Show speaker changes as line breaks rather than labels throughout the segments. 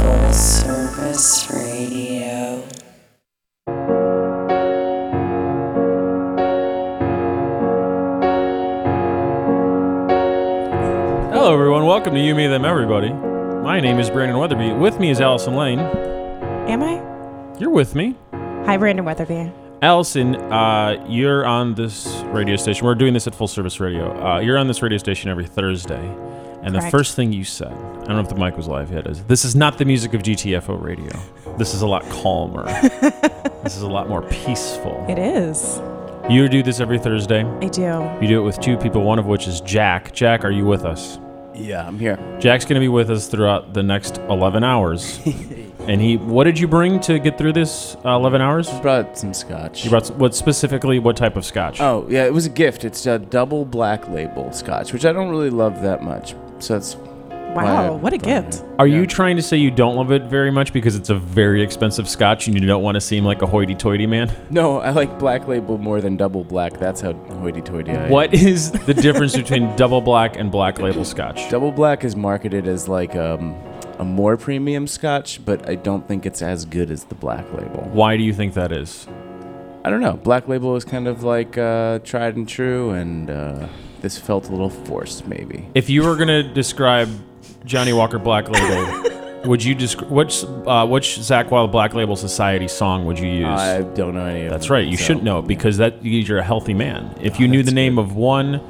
Full Service Radio.
Hello, everyone. Welcome to You, Me, Them, Everybody. My name is Brandon Weatherby. With me is Allison Lane.
Am I?
You're with me.
Hi, Brandon Weatherby.
Allison, uh, you're on this radio station. We're doing this at Full Service Radio. Uh, you're on this radio station every Thursday. And the
Correct.
first thing you said, I don't know if the mic was live yet, is this is not the music of GTFO radio. This is a lot calmer. this is a lot more peaceful.
It is.
You do this every Thursday.
I do.
You do it with two people, one of which is Jack. Jack, are you with us?
Yeah, I'm here.
Jack's going to be with us throughout the next 11 hours. and he, what did you bring to get through this uh, 11 hours?
Brought some scotch.
You brought s- what specifically? What type of scotch?
oh, yeah, it was a gift. It's a double black label scotch, which I don't really love that much. So that's
Wow,
Why-
what a
why-
gift.
Are you
yeah.
trying to say you don't love it very much because it's a very expensive scotch and you don't want to seem like a hoity-toity man?
no, I like black label more than double black. That's how hoity-toity I am.
What is the difference between double black and black label scotch?
Double black is marketed as like um, a more premium scotch, but I don't think it's as good as the black label.
Why do you think that is?
I don't know. Black label is kind of like uh, tried and true, and uh, this felt a little forced, maybe.
If you were gonna describe Johnny Walker Black Label, would you describe which uh, which Zach Wild Black Label Society song would you use?
I don't know any of
That's
them,
right. You
so-
should know because that you're a healthy man. If you knew the name of one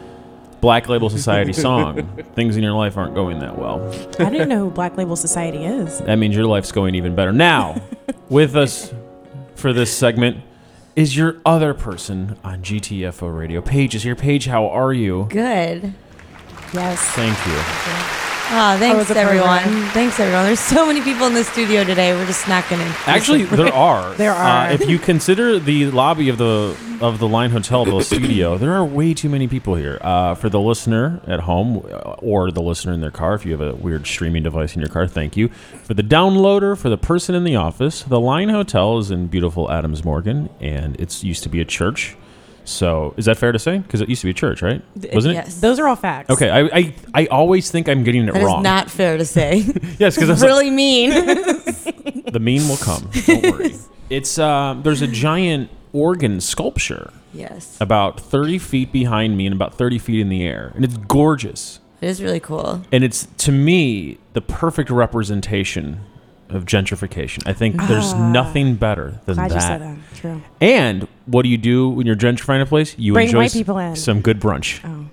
Black Label Society song, things in your life aren't going that well.
I don't even know who Black Label Society is.
That means your life's going even better. Now, with us for this segment is your other person on GTFO Radio. Paige is here. Paige, how are you?
Good.
Yes.
Thank you.
Oh,
was
thanks
the
everyone.
program?
Thanks everyone. There's so many people in the studio today. We're just not gonna.
Actually, there are.
There are.
Uh, if you consider the lobby of the of the Line Hotel, the studio, there are way too many people here. Uh, for the listener at home uh, or the listener in their car, if you have a weird streaming device in your car, thank you. For the downloader, for the person in the office, the Line Hotel is in beautiful Adams Morgan, and it's used to be a church. So, is that fair to say? Because it used to be a church, right? Wasn't it?
yes.
Those are all facts.
Okay, I, I I always think I'm getting it
That is
wrong.
not fair to say.
yes, because
really
really
mean.
the meme will come. Don't worry. It's uh, there's a giant organ sculpture
yes,
about 30 feet behind me and about 30 feet in the air, and it's gorgeous.
it is really cool.
And it's to me the perfect representation of gentrification. I think there's nothing better than
Ah. Glad
that.
you said that. True.
And what do you do when you're gentrifying a place? You
Bring
enjoy
white
s-
people in.
some good brunch.
Oh.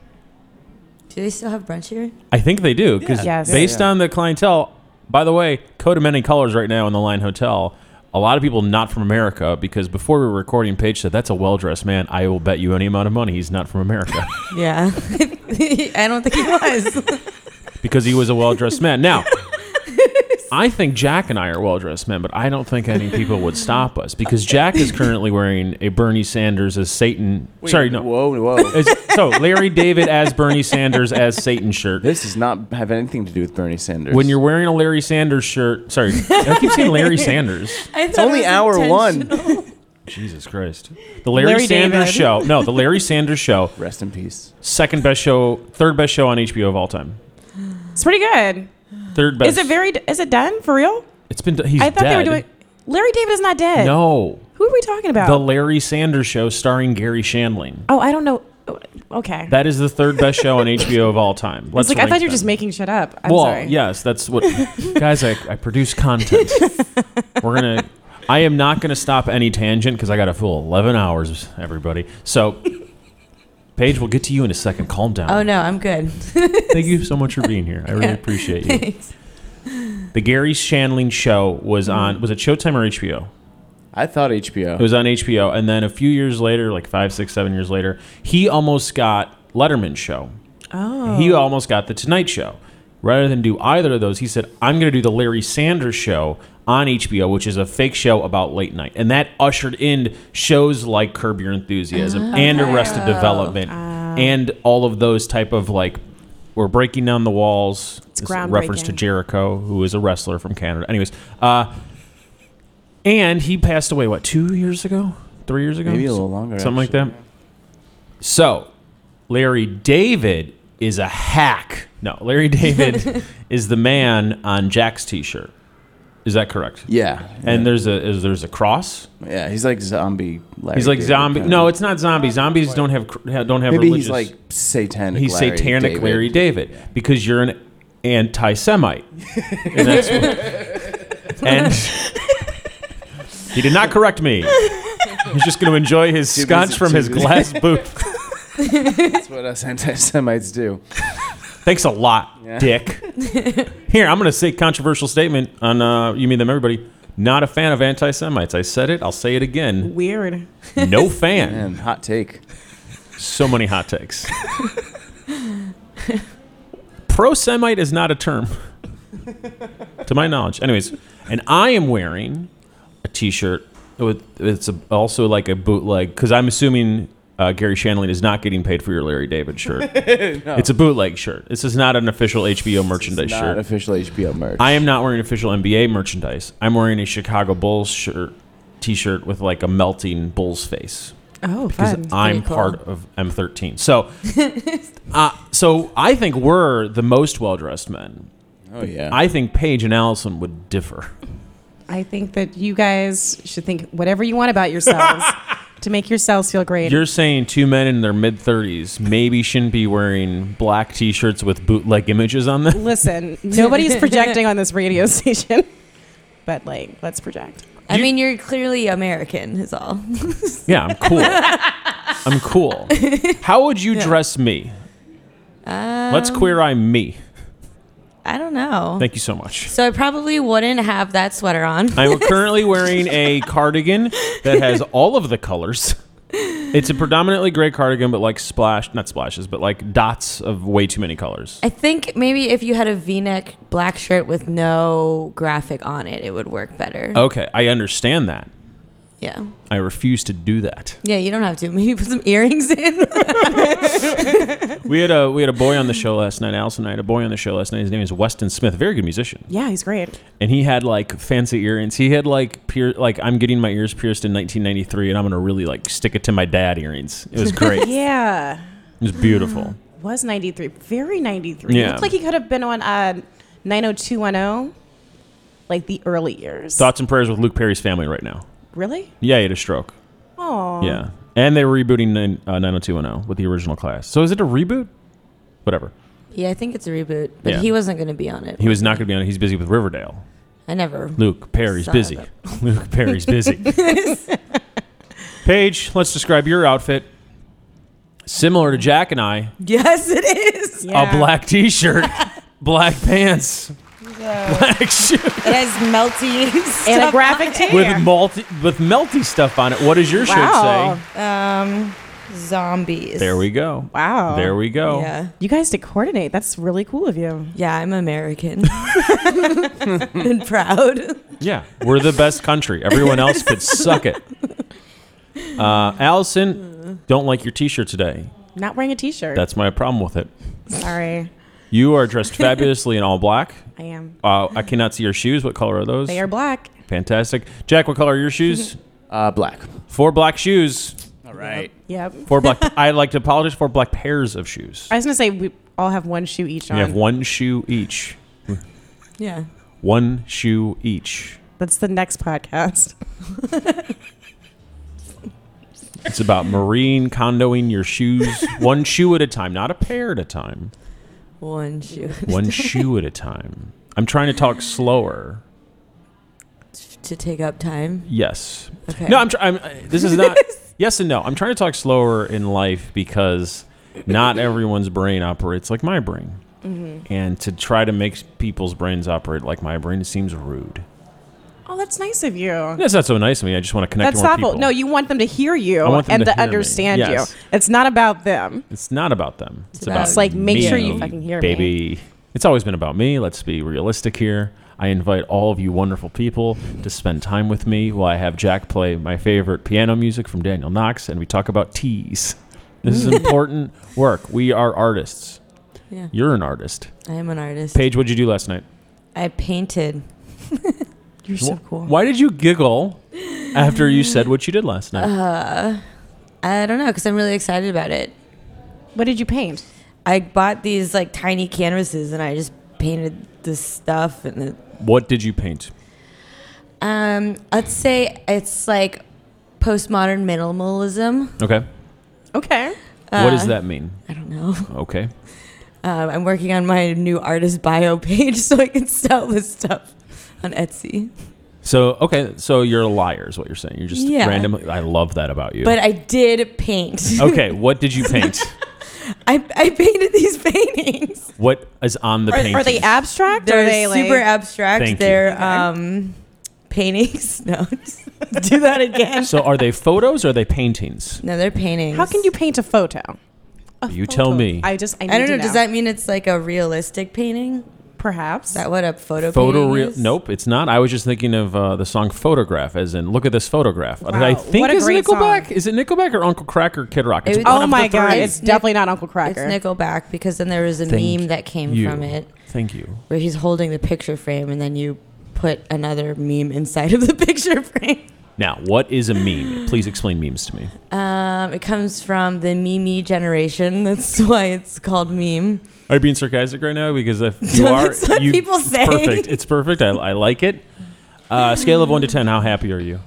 Do they still have brunch here?
I think they do because
Yeah. Yes.
based
Yeah, yeah.
on the clientele. By the way, coat of many colors right now in the Line Hotel. A lot of people not from America because before we were recording, Paige said, "That's a well-dressed man. I will bet you any amount of money he's not from America."
Yeah, I don't think he was.
because he was a well dressed man. Now, I think Jack and I are well dressed men, but I don't think any people would stop us because Jack is currently wearing a Bernie Sanders as Satan. sorry, no.
Whoa, whoa.
As, so Larry David as Bernie Sanders as Satan shirt.
This does not have anything to do with Bernie Sanders.
When you're wearing a Larry Sanders shirt, sorry, I keep saying Larry Sanders.
it's
only hour one.
Jesus Christ. The Larry,
Larry
Sanders
David.
show. No, the Larry Sanders show,
Rest in peace.
second best show, third best show on HBO of all time.
It's pretty good.
Third best.
Is it very? Is it done for real?
It's been he's
I thought they were
dead.
doing. Oh. Larry David is not dead.
No.
Who are we talking about?
The Larry Sanders Show starring Gary Shanling.
oh, I don't know. Oh, Okay.
That is the third best show on HBO of all time.
it's
Let's
like I
rank
thought you were
them.
just making shit up. I'm
well,
sorry.
yes, that's what guys. I, I produce content. We're gonna. I am not gonna stop any tangent because I got a full eleven hours, everybody. So, Paige, we'll get to you in a second. Calm down.
Oh no, I'm good.
Thank you so much for being here. I really appreciate you. The Gary Shanling show was
Mm-hmm.
on. Was it Showtime or HBO?
I thought HBO.
It was on HBO, and then a few years later, like five, six, seven years later, he almost got Letterman show.
Oh.
He almost got the Tonight Show. Rather than do either of those, he said, "I'm going to do the Larry Sanders Show on HBO, which is a fake show about late night," and that ushered in shows like Curb Your Enthusiasm
Oh.
and Arrested Development and all of those type of like. We're breaking down the walls. It's a reference to
groundbreaking.
Jericho, who is a wrestler from Canada. Anyways, uh, and he passed away, what, two years ago? Three years ago?
Maybe a little longer,
Something like
actually.
that. So, Larry David is a hack. No, Larry David is the man on Jack's T-shirt. Is that correct?
Yeah.
And there's a is there's a cross.
yeah, he's like zombie. Larry
He's like
David
zombie.
kinda.
No, it's not zombie. Zombies don't have cr- ha- don't have
maybe
religious.
he's like satanic.
he's
Larry
satanic
David.
Larry David because you're an anti-Semite. and that's what- and he did not correct me. He's just going to enjoy his
Too busy-
scotch from
too
his
busy.
glass booth.
That's what us anti-Semites do.
Thanks a lot,
Yeah.
Dick. Here, I'm going to say controversial statement on uh, you mean them everybody. Not a fan of anti-Semites. I said it. I'll say it again.
Weird.
No fan.
Man, hot take.
So many hot takes. Pro Semite is not a term, to my knowledge. Anyways, and I am wearing a t shirt. It's a, also like a bootleg, because I'm assuming uh, Gary Shanley is not getting paid for your Larry David shirt. It's a bootleg shirt. This is not an official HBO merchandise
It's not
shirt.
official HBO merch.
I am not wearing official NBA merchandise. I'm wearing a Chicago Bulls shirt, t shirt with like a melting Bulls face
Oh, fun.
because I'm
Pretty cool.
part of M13. So, uh, so I think we're the most well dressed men.
oh yeah.
I think Paige and Allison would differ.
I think that you guys should think whatever you want about yourselves to make yourselves feel great.
You're saying two men in their mid 30s maybe shouldn't be wearing black t shirts with bootleg images on them.
Listen, nobody's projecting on this radio station, but like, let's project.
I
You-
mean, you're clearly American, is all.
Yeah, I'm cool. I'm cool. How would you dress me?
Um,
Let's queer eye me.
I don't know.
Thank you so much.
so I probably wouldn't have that sweater on.
I'm currently wearing a cardigan that has all of the colors. It's a predominantly gray cardigan, but like splash, not splashes, but like dots of way too many colors.
I think maybe if you had a V-neck black shirt with no graphic on it, it would work better.
Okay, I understand that.
Yeah.
I refuse to do that.
Yeah, you don't have to. Maybe put some earrings in.
We had a we had a boy on the show last night, Allison and I had a boy on the show last night. His name is Weston Smith, very good musician.
Yeah, he's great.
And he had like fancy earrings. He had like pier- like I'm getting my ears pierced in 1993 and I'm going to really like stick it to my dad earrings. It was great. it
Yeah,
was beautiful.
was 93. Very 93.
Yeah.
Looked like he could have been on uh, 90210, oh, like the early years.
Thoughts and prayers with Luke Perry's family right now.
really?
Yeah, he had a stroke.
Oh.
Yeah. And they were rebooting nine- uh, 90210 with the original class. So is it a reboot? Whatever.
yeah, I think it's a reboot, but
Yeah.
he wasn't going to be on it.
He was not going to be on it. He's busy with Riverdale.
I never.
Luke Perry's
Son of
busy. Luke Perry's busy. Paige, let's describe your outfit. Similar to Jack and I,
Yes, it is.
Yeah.
a black t shirt, black pants, black shoes
It has melty
And a
stuff
graphic
on it.
tee.
with, multi, with melty stuff on it. What does your
Wow.
shirt say?
Oh,
Um, zombies.
There we go.
Wow.
There we go.
Yeah.
You guys did coordinate. That's really cool of you.
Yeah, I'm American and proud.
Yeah, we're the best country. Everyone else could suck it. Uh, Allison, don't like your T-shirt today.
Not wearing a t-shirt.
That's my problem with it.
Sorry.
You are dressed fabulously in all black.
I am.
Uh, I cannot see your shoes. What color are those?
They are black.
fantastic. Jack, what color are your shoes?
uh, black.
Four black shoes.
All right.
Yep.
Four black. I'd like to apologize for black pairs of shoes.
I was gonna say we all have one shoe each on.
We have one shoe each.
Yeah.
One shoe each.
That's the next podcast.
It's about marine condoing your shoes one shoe at a time, not a pair at a time.
One shoe
one shoe at a time. I'm trying to talk slower.
to take up time.
Yes.
Okay.
No, I'm. Tr- I'm I- this is not. yes and no. I'm trying to talk slower in life because not everyone's brain operates like my brain,
Mm-hmm.
and to try to make people's brains operate like my brain seems rude.
Oh, that's nice of you.
That's not so nice of me. I just want to connect.
that's
to more
thoughtful.
people.
No, you want them to hear you
I want them
and
to
to,
hear me.
understand
Yes.
you. It's not about them.
It's not about them. It's,
about
about
It's like,
make
me,
sure you fucking hear me.
baby. It's always been about me. Let's be realistic here. I invite all of you wonderful people to spend time with me while I have Jack play my favorite piano music from Daniel Knox, and we talk about teas. This is important work. We are artists.
Yeah.
You're an artist.
I am an artist.
Paige, what'd you do last night?
I painted.
You're so cool.
Why did you giggle after you said what you did
Uh,
last night?
I don't know because I'm really excited about it.
What did you paint?
I bought these like tiny canvases and I just painted this stuff and it,
What did you paint?
um let's say it's like postmodern minimalism. Uh,
Okay.
Okay.
what
uh,
does that mean?
I don't know.
Okay.
Um, I'm working on my new artist bio page so I can sell this stuff on Etsy.
So okay, so you're a liar is what you're saying. You're just
Yeah.
random. I love that about you.
But I did paint.
okay, what did you paint?
I, I painted these paintings.
what is on the
Are,
painting?
are they abstract?
They're
are they
super
like,
abstract.
Thank you.
They're um, paintings. No, just do that again.
so are they photos or are they paintings?
No, they're paintings.
How can you paint a photo? A
You tell me.
I just I, need
I don't
to
know. Does that mean it's like a realistic painting?
perhaps
Is that what a photo,
Photo
painting
real?
is?
Nope, it's not. I was just thinking of uh, the song "Photograph," as in "Look at this photograph." That I
Wow,
think
what a
is
great
Nickelback.
song.
Is it Nickelback or Uncle Crack or Kid Rock? It's
It was-
one
Oh
of
my
the
god!
three.
It's,
It's Nic-
definitely not Uncle
It's
Cracker.
Nickelback because then there was a
Thank
meme that came
you.
from it
Thank you.
where he's holding the picture frame and then you put another meme inside of the picture frame.
Now, what is a meme? Please explain memes to me.
Um, it comes from the meme generation. That's why it's called meme.
Are you being sarcastic right now? Because if you
No,
are,
that's what
you-
people
it's
say.
perfect. It's perfect. I, I like it. Uh, scale of one to ten, how happy are you?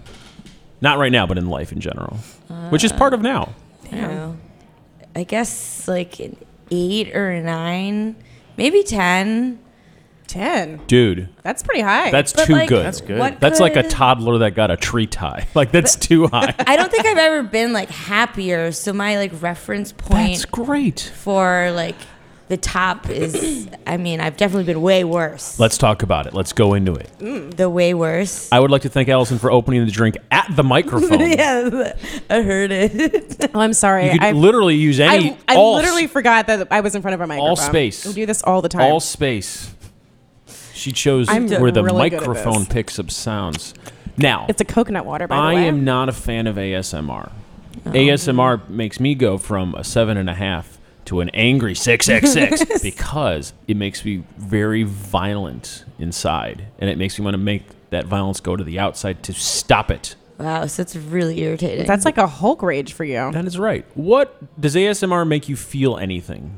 Not right now, but in life in general, which is part of now.
I don't know. I guess like an eight or a nine, maybe ten.
Ten.
Dude,
That's pretty high.
that's
But,
too
like,
good.
That's good.
What
That's like a
could-
toddler that got a tree tie. Like that's too high.
I don't think I've ever been like happier. So my like reference point
That's great.
for like the top is. I mean, I've definitely been way worse.
Let's talk about it. Let's go into it.
the way worse.
I would like to thank Allison for opening the drink at the microphone.
yeah, I heard it.
oh, I'm sorry.
You could
I,
literally use any
I, I
all,
literally forgot that I was in front of a microphone.
space.
We do this all the time.
all space. She chose
I'm
where the
really good at
microphone
this.
picks up sounds. Now,
it's a coconut water, by
I
the way. Oh.
am not a fan of ASMR. ASMR makes me go from a seven and a half to an angry six x six because it makes me very violent inside, and it makes me want to make that violence go to the outside to stop it.
Wow, so it's really irritating.
That's like a Hulk rage for you.
That is right. What does ASMR make you feel anything?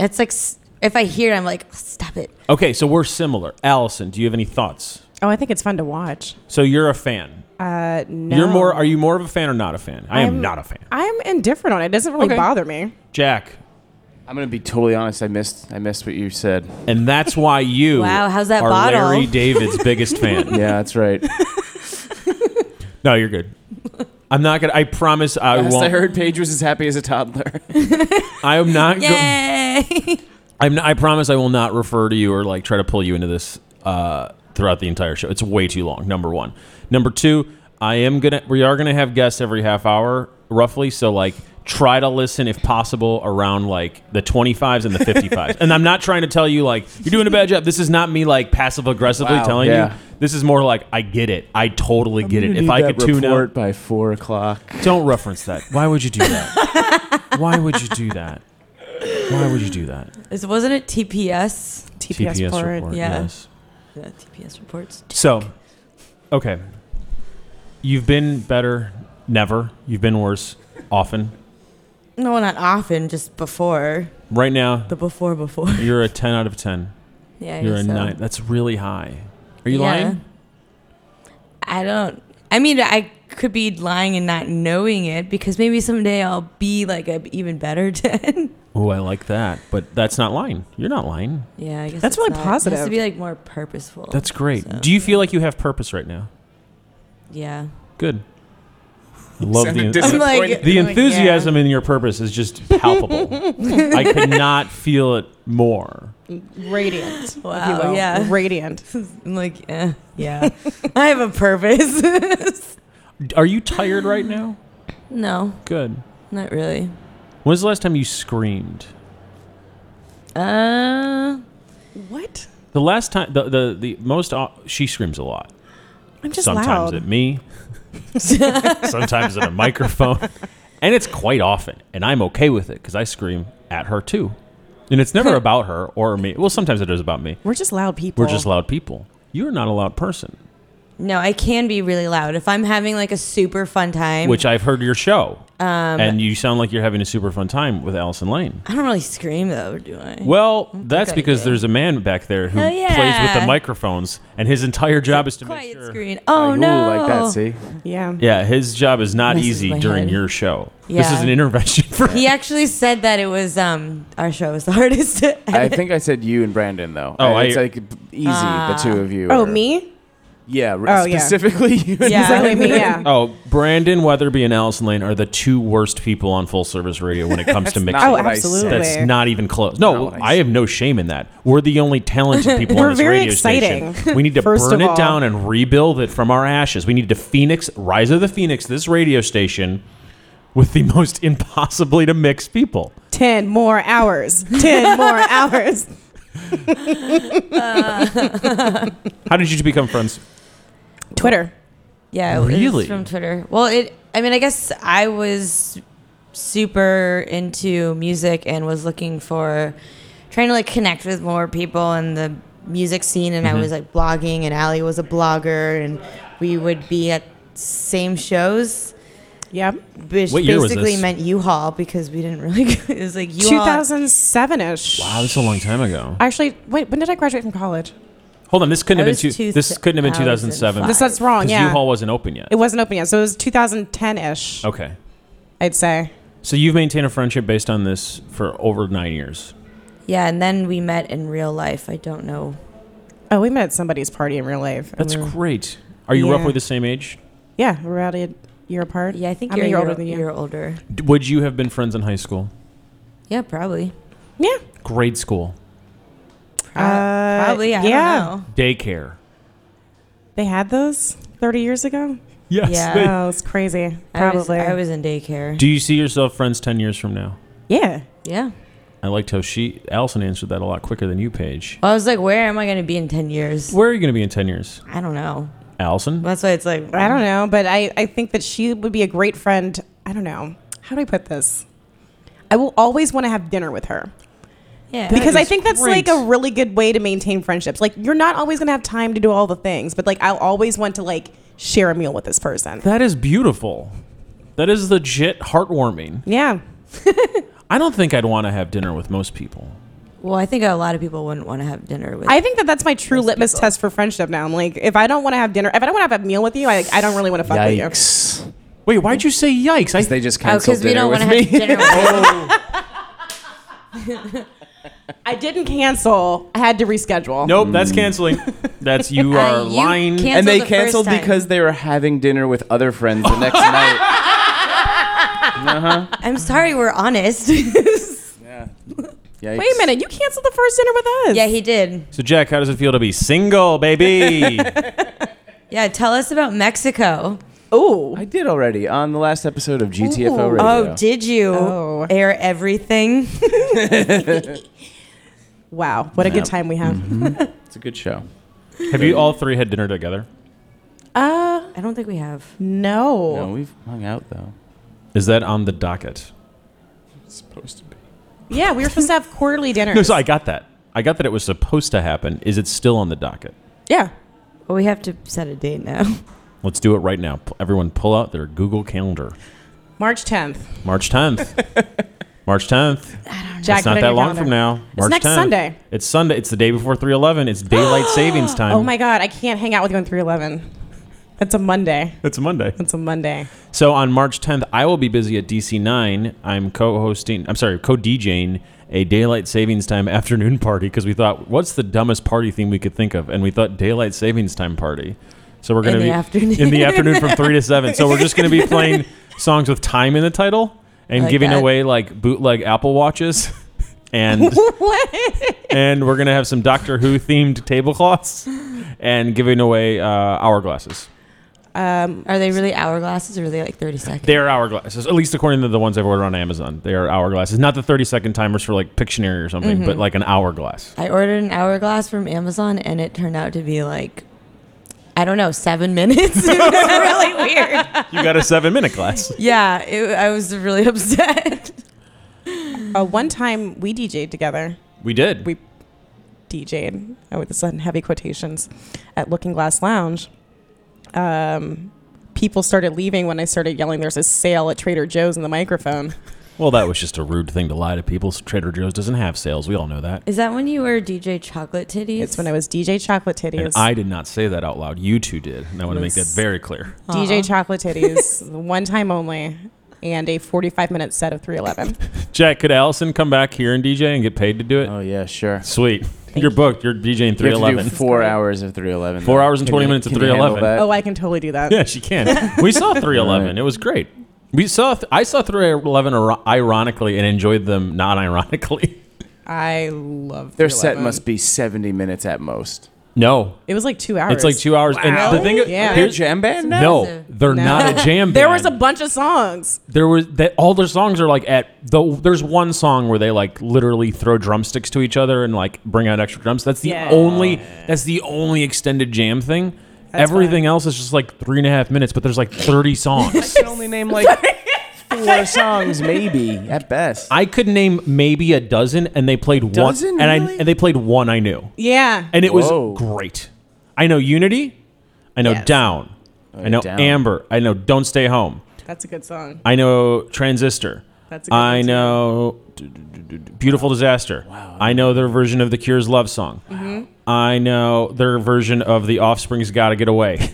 It's like s- if I hear, it, I'm like, "Oh, stop it.
Okay, so we're similar. Allison, do you have any thoughts?
Oh, I think it's fun to watch.
So you're a fan.
Uh, no.
You're more. Are you more of a fan or not a fan? I am
I'm-
not a fan.
I'm indifferent on it. It doesn't really
Okay.
bother me.
Jack,
I'm gonna be totally honest. I missed. I missed what you said.
and that's why you.
Wow, how's that
are
bottle?
Larry David's biggest fan.
Yeah, that's right.
No, you're good. I'm not gonna. I promise I
Last
won't.
I heard, Paige was as happy as a toddler.
I'm not. go-
Yay!
I'm. Not, I promise I will not refer to you or like try to pull you into this uh, throughout the entire show. It's way too long. Number one. Number two. I am gonna. We are gonna have guests every half hour, roughly. So like. Try to listen if possible around like the 25s and the 55s. and I'm not trying to tell you like you're doing a bad job. This is not me like passive aggressively
Wow,
telling
yeah.
you. This is more like I get it. I totally get it. If I could tune out,
by four o'clock.
Don't reference that. Why would you do that? Why would you do that? Why would you do that?
This wasn't it TPS.
TPS, port.
yeah. Yeah, TPS reports.
So, okay. You've been better, never. You've been worse, often.
No, not often. Just before
Right now,
the before before.
you're a 10 out of 10.
Yeah, I
You're a
guess so.
9. That's really high. Are you
Yeah.
lying?
I don't. I mean, I could be lying and not knowing it because maybe someday I'll be like a even better ten.
Oh, I like that. But that's not lying. You're not lying.
Yeah, I guess
That's
it's
really
not- It has
positive.
to be like more purposeful.
That's great.
So,
Do you feel like you have purpose right now?
Yeah.
Good. I love the
I'm like
The
I'm like, yeah.
enthusiasm in your purpose is just palpable. I could not feel it more.
Radiant. if you
Wow.
will.
Yeah.
Radiant.
I'm like eh, yeah. I have a purpose.
Are you tired right now?
no,
Good.
not really.
When's the last time you screamed?
Uh,
What?
The last time, the the, the most au- she screams a lot.
I'm just
Sometimes
loud.
at me, sometimes at a microphone, and it's quite often. And I'm okay with it because I scream at her too, and it's never about her or me. Well, sometimes it is about me.
We're just loud people.
We're just loud people. You're not a loud person,
no, I can be really loud if I'm having like a super fun time.
which I've heard your show.
Um,
and you sound like you're having a super fun time with Allison Lane.
I don't really scream though, do I?
Well, that's
I
because
did.
there's a man back there who
Oh,
plays with
yeah.
the microphones, and his entire job is to make
Quiet
sure.
screen. Oh
like,
no!
Ooh, like that, see?
Yeah.
Yeah, his job is not
Messes
easy
my
during
head.
your show. This
Yeah.
is an intervention for
He actually said that it was um our show was the hardest. to
I
edit.
think I said you and Brandon though.
Oh,
it's
I-
like easy
Ah.
the two of you.
Oh,
are-
me?
Yeah,
Oh,
r
yeah.
specifically you. and
Yeah.
Exactly me, yeah.
Oh, Brandon Weatherby and Allison Lane are the two worst people on full service radio when it comes to mixing.
not
Oh,
what I
absolutely.
said.
That's not even close. No,
Not what I
I have no shame in that. We're the only talented people
We're
on this
very
radio station.
exciting,
We need to
first
burn
of
it
all.
down and rebuild it from our ashes. We need to phoenix, rise of the phoenix, this radio station with the most impossibly to mix people.
10 more hours. 10 more hours.
How did you two become friends?
Twitter.
yeah, it was
Really?
from Twitter. Well, it. I mean, I guess I was super into music and was looking for trying to like connect with more people in the music scene, and
Mm-hmm.
I was like blogging, and Ali was a blogger, and we would be at same shows.
Yep.
Which
What year was
basically
this?
meant U-Haul because we didn't really. It was like U-Haul.
2007 ish.
Wow, that's a long time ago.
Actually, wait, when did I graduate from college?
Hold on, this couldn't
I
have been
was
two, this couldn't have been 2007.
2005.
This that's wrong.
Because
Oh, Yeah.
U-Haul Oh. wasn't open yet.
it wasn't open yet. So it was 2010 ish,
Okay.
I'd say.
So you've maintained a friendship based on this for over nine years.
Yeah, and then we met in real life. I don't know.
Oh, we met at somebody's party in real life. and
That's
we were-
great. Are you
Yeah.
roughly the same age?
Yeah, we we're out a year apart.
Yeah, I think
I'm
you're,
a year older
older.
than you.
You're older.
D- Would you have been friends in high school?
Yeah, probably.
Yeah.
Grade school,
Pro-
Uh,
probably. I
yeah.
don't know.
daycare.
They had those 30 years ago?
Yes.
Yeah.
they-
Oh, it's crazy.
I was-
Probably.
I was, in daycare.
Do you see yourself friends ten years from now?
yeah.
yeah.
I liked how she Allison answered that a lot quicker than you, Paige.
Well, I was like, where am I going to be in 10 years?
Where are you going to be in ten years,
I don't know.
Allison?
That's why it's like,
I don't know, but I, I think that she would be a great friend. I don't know. How do I put this? I will always want to have dinner with her
Yeah.
because I
is
think that's
great.
like a really good way to maintain friendships. Like you're not always going to have time to do all the things, but like I'll always want to like share a meal with this person.
That is beautiful. That is legit heartwarming.
Yeah.
I don't think I'd want to have dinner with most people.
well, I think a lot of people wouldn't want to have dinner with.
I think that that's my true litmus test for friendship now. I'm like, if I don't want to have dinner, if I don't want to have a meal with you, I, I don't really want to fuck with you.
Yikes.
Wait, why'd you say yikes? I
They just
oh,
canceled
because we
dinner
don't
with
want to
me.
have dinner with.
I didn't cancel. I had to reschedule.
nope. That's canceling. That's you are
Uh, you
lying.
can't-
and they
Canceled the first
canceled
time.
because they were having dinner with other friends the next night.
I'm sorry, we're honest.
Yikes.
Wait a minute, you canceled the first dinner with us.
yeah, he did.
So Jack, how does it feel to be single, baby?
Yeah, tell us about Mexico.
Oh.
I did already on the last episode of GTFO
Ooh.
Radio.
Oh, did you
Oh.
air everything?
Wow. What a good time we have.
Mm-hmm.
it's a good show.
have you all three had dinner together?
Uh,
I don't think we have.
no.
No, we've hung out though.
Is that on the docket?
Supposed to be.
Yeah, we were supposed to have quarterly dinners.
No, so I got that. I got that it was supposed to happen. Is it still on the docket?
yeah.
Well, we have to set a date now.
Let's do it right now. P- Everyone, pull out their Google Calendar.
March 10th.
March 10th. March 10th.
Jack,
it's not that
put it in your
long from
calendar.
now. March
next
10th.
Sunday.
It's Sunday. It's the day before 311. It's daylight savings time.
Oh my God, I can't hang out with you on 311. That's a Monday.
It's Monday.
That's a Monday.
So on March 10th, I will be busy at DC9. I'm co-hosting, I'm sorry, co-DJing a daylight savings time afternoon party because we thought what's the dumbest party theme we could think of and we thought daylight savings time party. So we're
In
going to
the
be
afternoon.
in the afternoon from 3 to 7. So we're just going to be playing songs with time in the title and
like
giving
that.
away like bootleg Apple watches and
what?
and we're going to have some Doctor Who themed tablecloths and giving away uh, hourglasses.
Um,
Are they really hourglasses or are they like 30 seconds?
They are hourglasses, at least according to the ones I've ordered on Amazon. They are hourglasses, not the thirty-second timers for like Pictionary or something,
Mm-hmm.
but like an hourglass.
I ordered an hourglass from Amazon and it turned out to be like, I don't know, seven minutes. it was really weird.
You got a seven-minute glass.
Yeah, it, I was really upset.
uh, one time we DJ'd together.
We did.
We DJ'd, oh, with this in heavy quotations, at Looking Glass Lounge. Um, people started leaving when I started yelling, "There's a sale at Trader Joe's" in the microphone.
Well, that was just a rude thing to lie to people. Trader Joe's doesn't have sales. We all know that.
Is that when you were DJ Chocolate Titties?
It's when I was DJ Chocolate
And
Titties.
I did not say that out loud. You two did. And I want to make that
Yes.
very clear.
Uh-huh.
DJ Chocolate Titties, one time only, and a 45 minute set of 311.
Jack, could Allison come back here and DJ and get paid to do it?
Oh yeah, sure.
Sweet. You're booked. You're DJing
You have to do
311.
four hours of 311.
Four
though.
hours and
Can
20
you-
minutes of
can you handle
311.
that?
oh, I can totally do that.
Yeah, she can. We saw 311.
Right.
It was great. We saw. Th- I saw 311 ir- ironically and enjoyed them not ironically.
I love
Their
311.
set must be 70 minutes at most.
No,
It was like two hours.
it's like two hours. And the thing,
Yeah.
They're
here's-
jam band now?
no, they're
No.
not a jam.
There was a
band.
bunch of songs.
There was that all their songs are like at the. There's one song where they like literally throw drumsticks to each other and like bring out extra drums. That's the
Yeah.
only. That's the only extended jam thing.
That's
Everything
fine.
else is just like three and a half minutes, but there's like 30 songs.
I can only name like four songs, maybe, at best.
I could name maybe a dozen, and they played
Dozen,
one, and I
really?
and they played one I knew,
Yeah.
and it
Whoa.
was great. I know Unity, I know
Yes.
Down, I know
Down.
Amber, I know Don't Stay Home,
That's a good song.
I know Transistor,
That's a good
I
one, too.
know d- d- d- d- Beautiful Disaster. I know their version of the Cure's love song.
Mm-hmm.
I know their version of the Offspring's "Gotta Get Away,"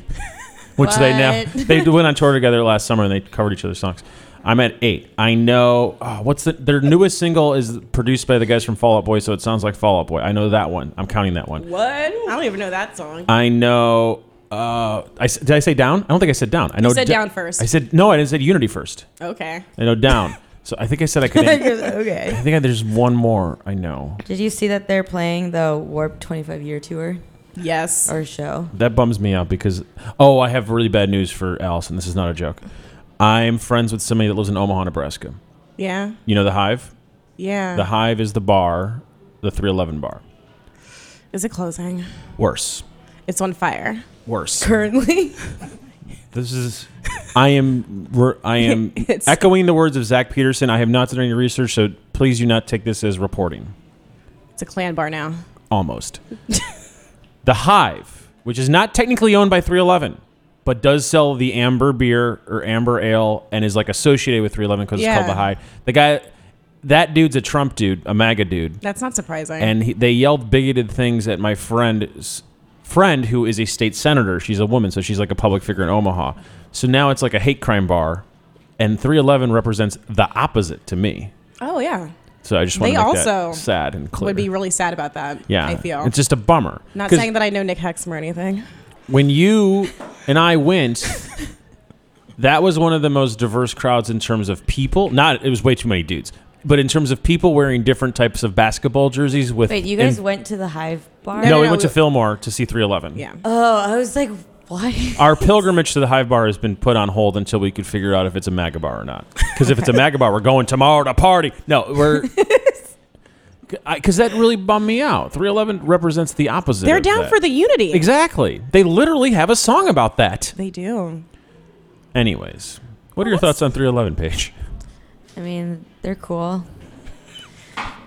which they now
What?
they went on tour together last summer and they covered each other's songs. I'm at eight. I know oh, what's the, their newest single is produced by the guys from Fall Out Boy, so it sounds like Fall Out Boy. I know that one. I'm counting that one.
What? I don't even know that song.
I know. Uh, I s- did I say down? I don't think I said down. I know.
said
d-
Down first.
I said no. I didn't said Unity first.
Okay.
I know down. so I think I said I could. name-
okay.
I think I, there's one more I know.
Did you see that they're playing the Warp 25 year tour
Yes.
or show?
That bums me out because oh, I have really bad news for Allison. This is not a joke. I'm friends with somebody that lives in Omaha, Nebraska.
Yeah.
You know the Hive.
Yeah.
The Hive is the bar, the 311 bar.
Is it closing?
Worse,
It's on fire.
worse.
Currently?
This is. I am. re- I am
It's-
echoing the words of Zach Peterson. I have not done any research, so please do not take this as reporting.
It's a clan bar now.
Almost. the Hive, which is not technically owned by 311, but does sell the amber beer or amber ale, and is like associated with 311 because it's
Yeah.
called the Hive. The guy, that dude's a Trump dude, a MAGA dude.
That's not surprising.
and he, they yelled bigoted things at my friend's friend who is a state senator she's a woman so she's like a public figure in omaha so now it's like a hate crime bar and 311 represents the opposite to me
oh yeah.
so i just want
They
to make that
also
sad and clear
Would be really sad about that.
yeah
I feel.
it's just a bummer
not
'Cause
saying that I know Nick Hexum or anything.
when you and i went that was one of the most diverse crowds in terms of people not it was way too many dudes but in terms of people wearing different types of basketball jerseys with
Wait, you guys
and-
went to the Hive Bar?
no, we
no,
went to
we-
Fillmore to see 311.
Yeah.
Oh, I was like, what?
Our pilgrimage to the Hive Bar has been put on hold until we could figure out if it's a MAGA bar or not. Because if it's a MAGA bar, we're going tomorrow to party. No, we're. Because that really bummed me out. 311 represents the opposite.
They're
of
down
that.
for the unity.
Exactly. They literally have a song about that.
They do.
Anyways, what are your thoughts on 311, Paige?
I mean, they're cool.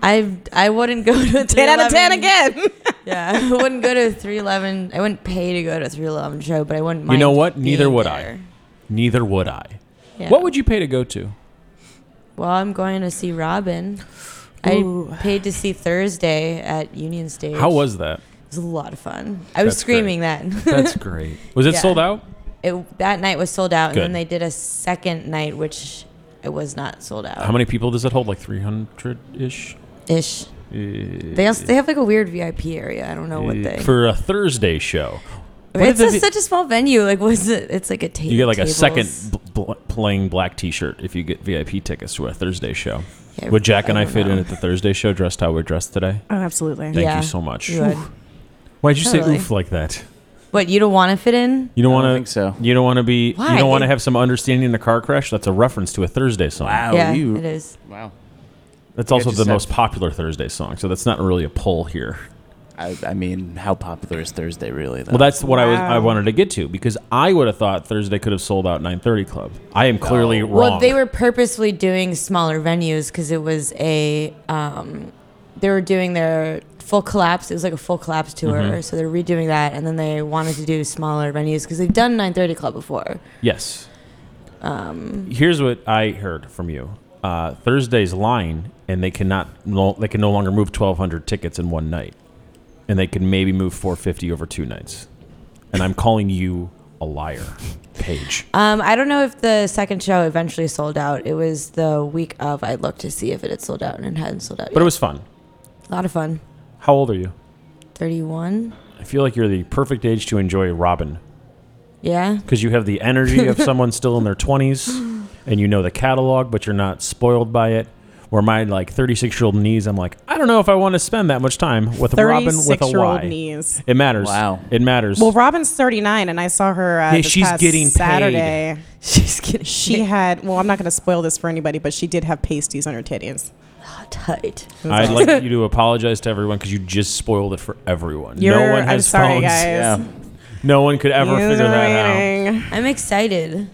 I I wouldn't go to a
10 out of
311
10 again.
Yeah, I wouldn't go to a 311. I wouldn't pay to go to a 311 show, but I wouldn't mind.
You know what? Neither
being
would
there.
Neither would I.
Yeah.
What would you pay to go to?
Well, I'm going to see Robin.
Ooh.
I paid to see Thursday at Union Stage.
How was that?
It was a lot of fun. I was
That's
screaming then.
That's great. Was it
Yeah.
sold out?
it, that night was sold out, and then
Good.
they did a second night, which it was not sold out.
How many people does it hold? Like 300 ish?
Ish. They also they have like a weird VIP area. I don't know what they.
For a Thursday show. What
it's
did
a,
the-
such a small venue. Like, was it? It's like a table.
You get like
tables.
a second bl- bl- plain black T-shirt if you get VIP tickets to a Thursday show.
Yeah,
Would Jack and I,
don't
fit in
know.
at the Thursday show dressed how we're dressed today?
Oh, absolutely.
Thank
Yeah,
you so much.
you would.
Why'd you
Totally.
say oof like that?
What you don't want to fit in?
You don't
I don't
want to
think so.
You don't want to be. You
Why?
don't want to have some understanding in the car crash. That's a reference to a Thursday song.
Wow,
yeah,
you.
it is.
Wow.
That's also
just
the
said-
most popular Thursday song, so that's not really a pull here.
I, I mean, how popular is Thursday really? Though?
Oh,
Well, that's what I was. I
Wow.
wanted to get to because I would have thought Thursday could have sold out 9:30 Club. I am clearly wrong.
Well, they were purposefully doing smaller venues because it was a. Um, they were doing their full collapse. It was like a full collapse tour,
Mm-hmm.
so they're redoing that, and then they wanted to do smaller venues because they've done 9:30 Club before.
Yes. Um, Here's what I heard from you. Uh, Thursday's line, and they cannot. No, they can no longer move 1,200 tickets in one night, and they can maybe move 450 over two nights. And I'm calling you a liar, Paige.
Um, I don't know if the second show eventually sold out. It was the week of. I looked to see if it had sold out, and it hadn't sold out.
But it
yet.
was fun.
a lot of fun.
How old are you?
31.
I feel like you're the perfect age to enjoy Robin
Yeah.
because you have the energy of someone still in their 20s and you know the catalog but you're not spoiled by it where my like 36 year old knees i'm like i don't know if i want to spend that much time with robin with a
year old
y
knees.
it matters
Wow.
it matters
Well, Robin's 39, and I saw her. Uh,
Yeah,
this
she's
past
getting paid.
Saturday.
She's getting
She had. Well, I'm not going to spoil this for anybody, but she did have pasties on her titties.
tight.
i'd like you to apologize to everyone because you just spoiled it for everyone no
You're-
one
I'm
has
sorry,
phones
guys.
Yeah.
no one could ever
User
figure that out
rating.
I'm excited.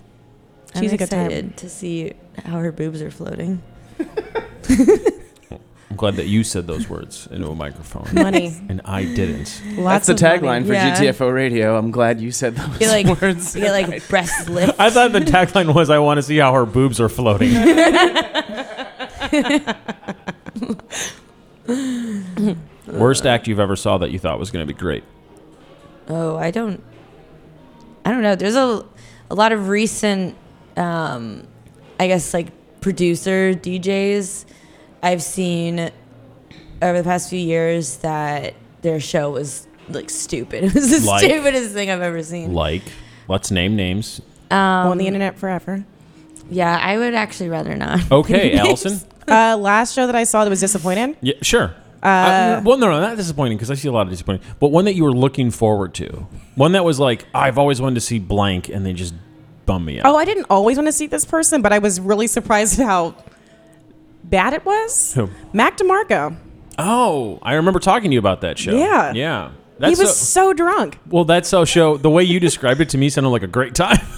She's
I'm
a good time.
excited to see how her boobs are floating.
i'm glad that you said those words into a microphone
Money.
and i didn't
Lots
That's the
of money.
tagline for
Yeah.
GTFO Radio. I'm glad you said those
You get like
words.
you get like breast lift.
i thought the tagline was i want to see how her boobs are floating worst act you've ever saw that you thought was going to be great
Oh, I don't. I don't know. There's a a lot of recent, um, I guess like producer DJs I've seen over the past few years that their show was like stupid. It was the
Like?
stupidest thing I've ever seen.
like let's name names
Um,
on the internet forever.
yeah, I would actually rather not.
okay allison
Uh, last show that I saw that was disappointed.
yeah sure uh, well no no not disappointing because i see a lot of disappointing but one that you were looking forward to one that was like i've always wanted to see blank and they just bum me out
Oh, I didn't always want to see this person, but I was really surprised at how bad it was.
Who?
Mac DeMarco.
Oh, I remember talking to you about that show
Yeah.
yeah that's
he was
a-
so drunk.
well that's how show the way you described it to me sounded like a great time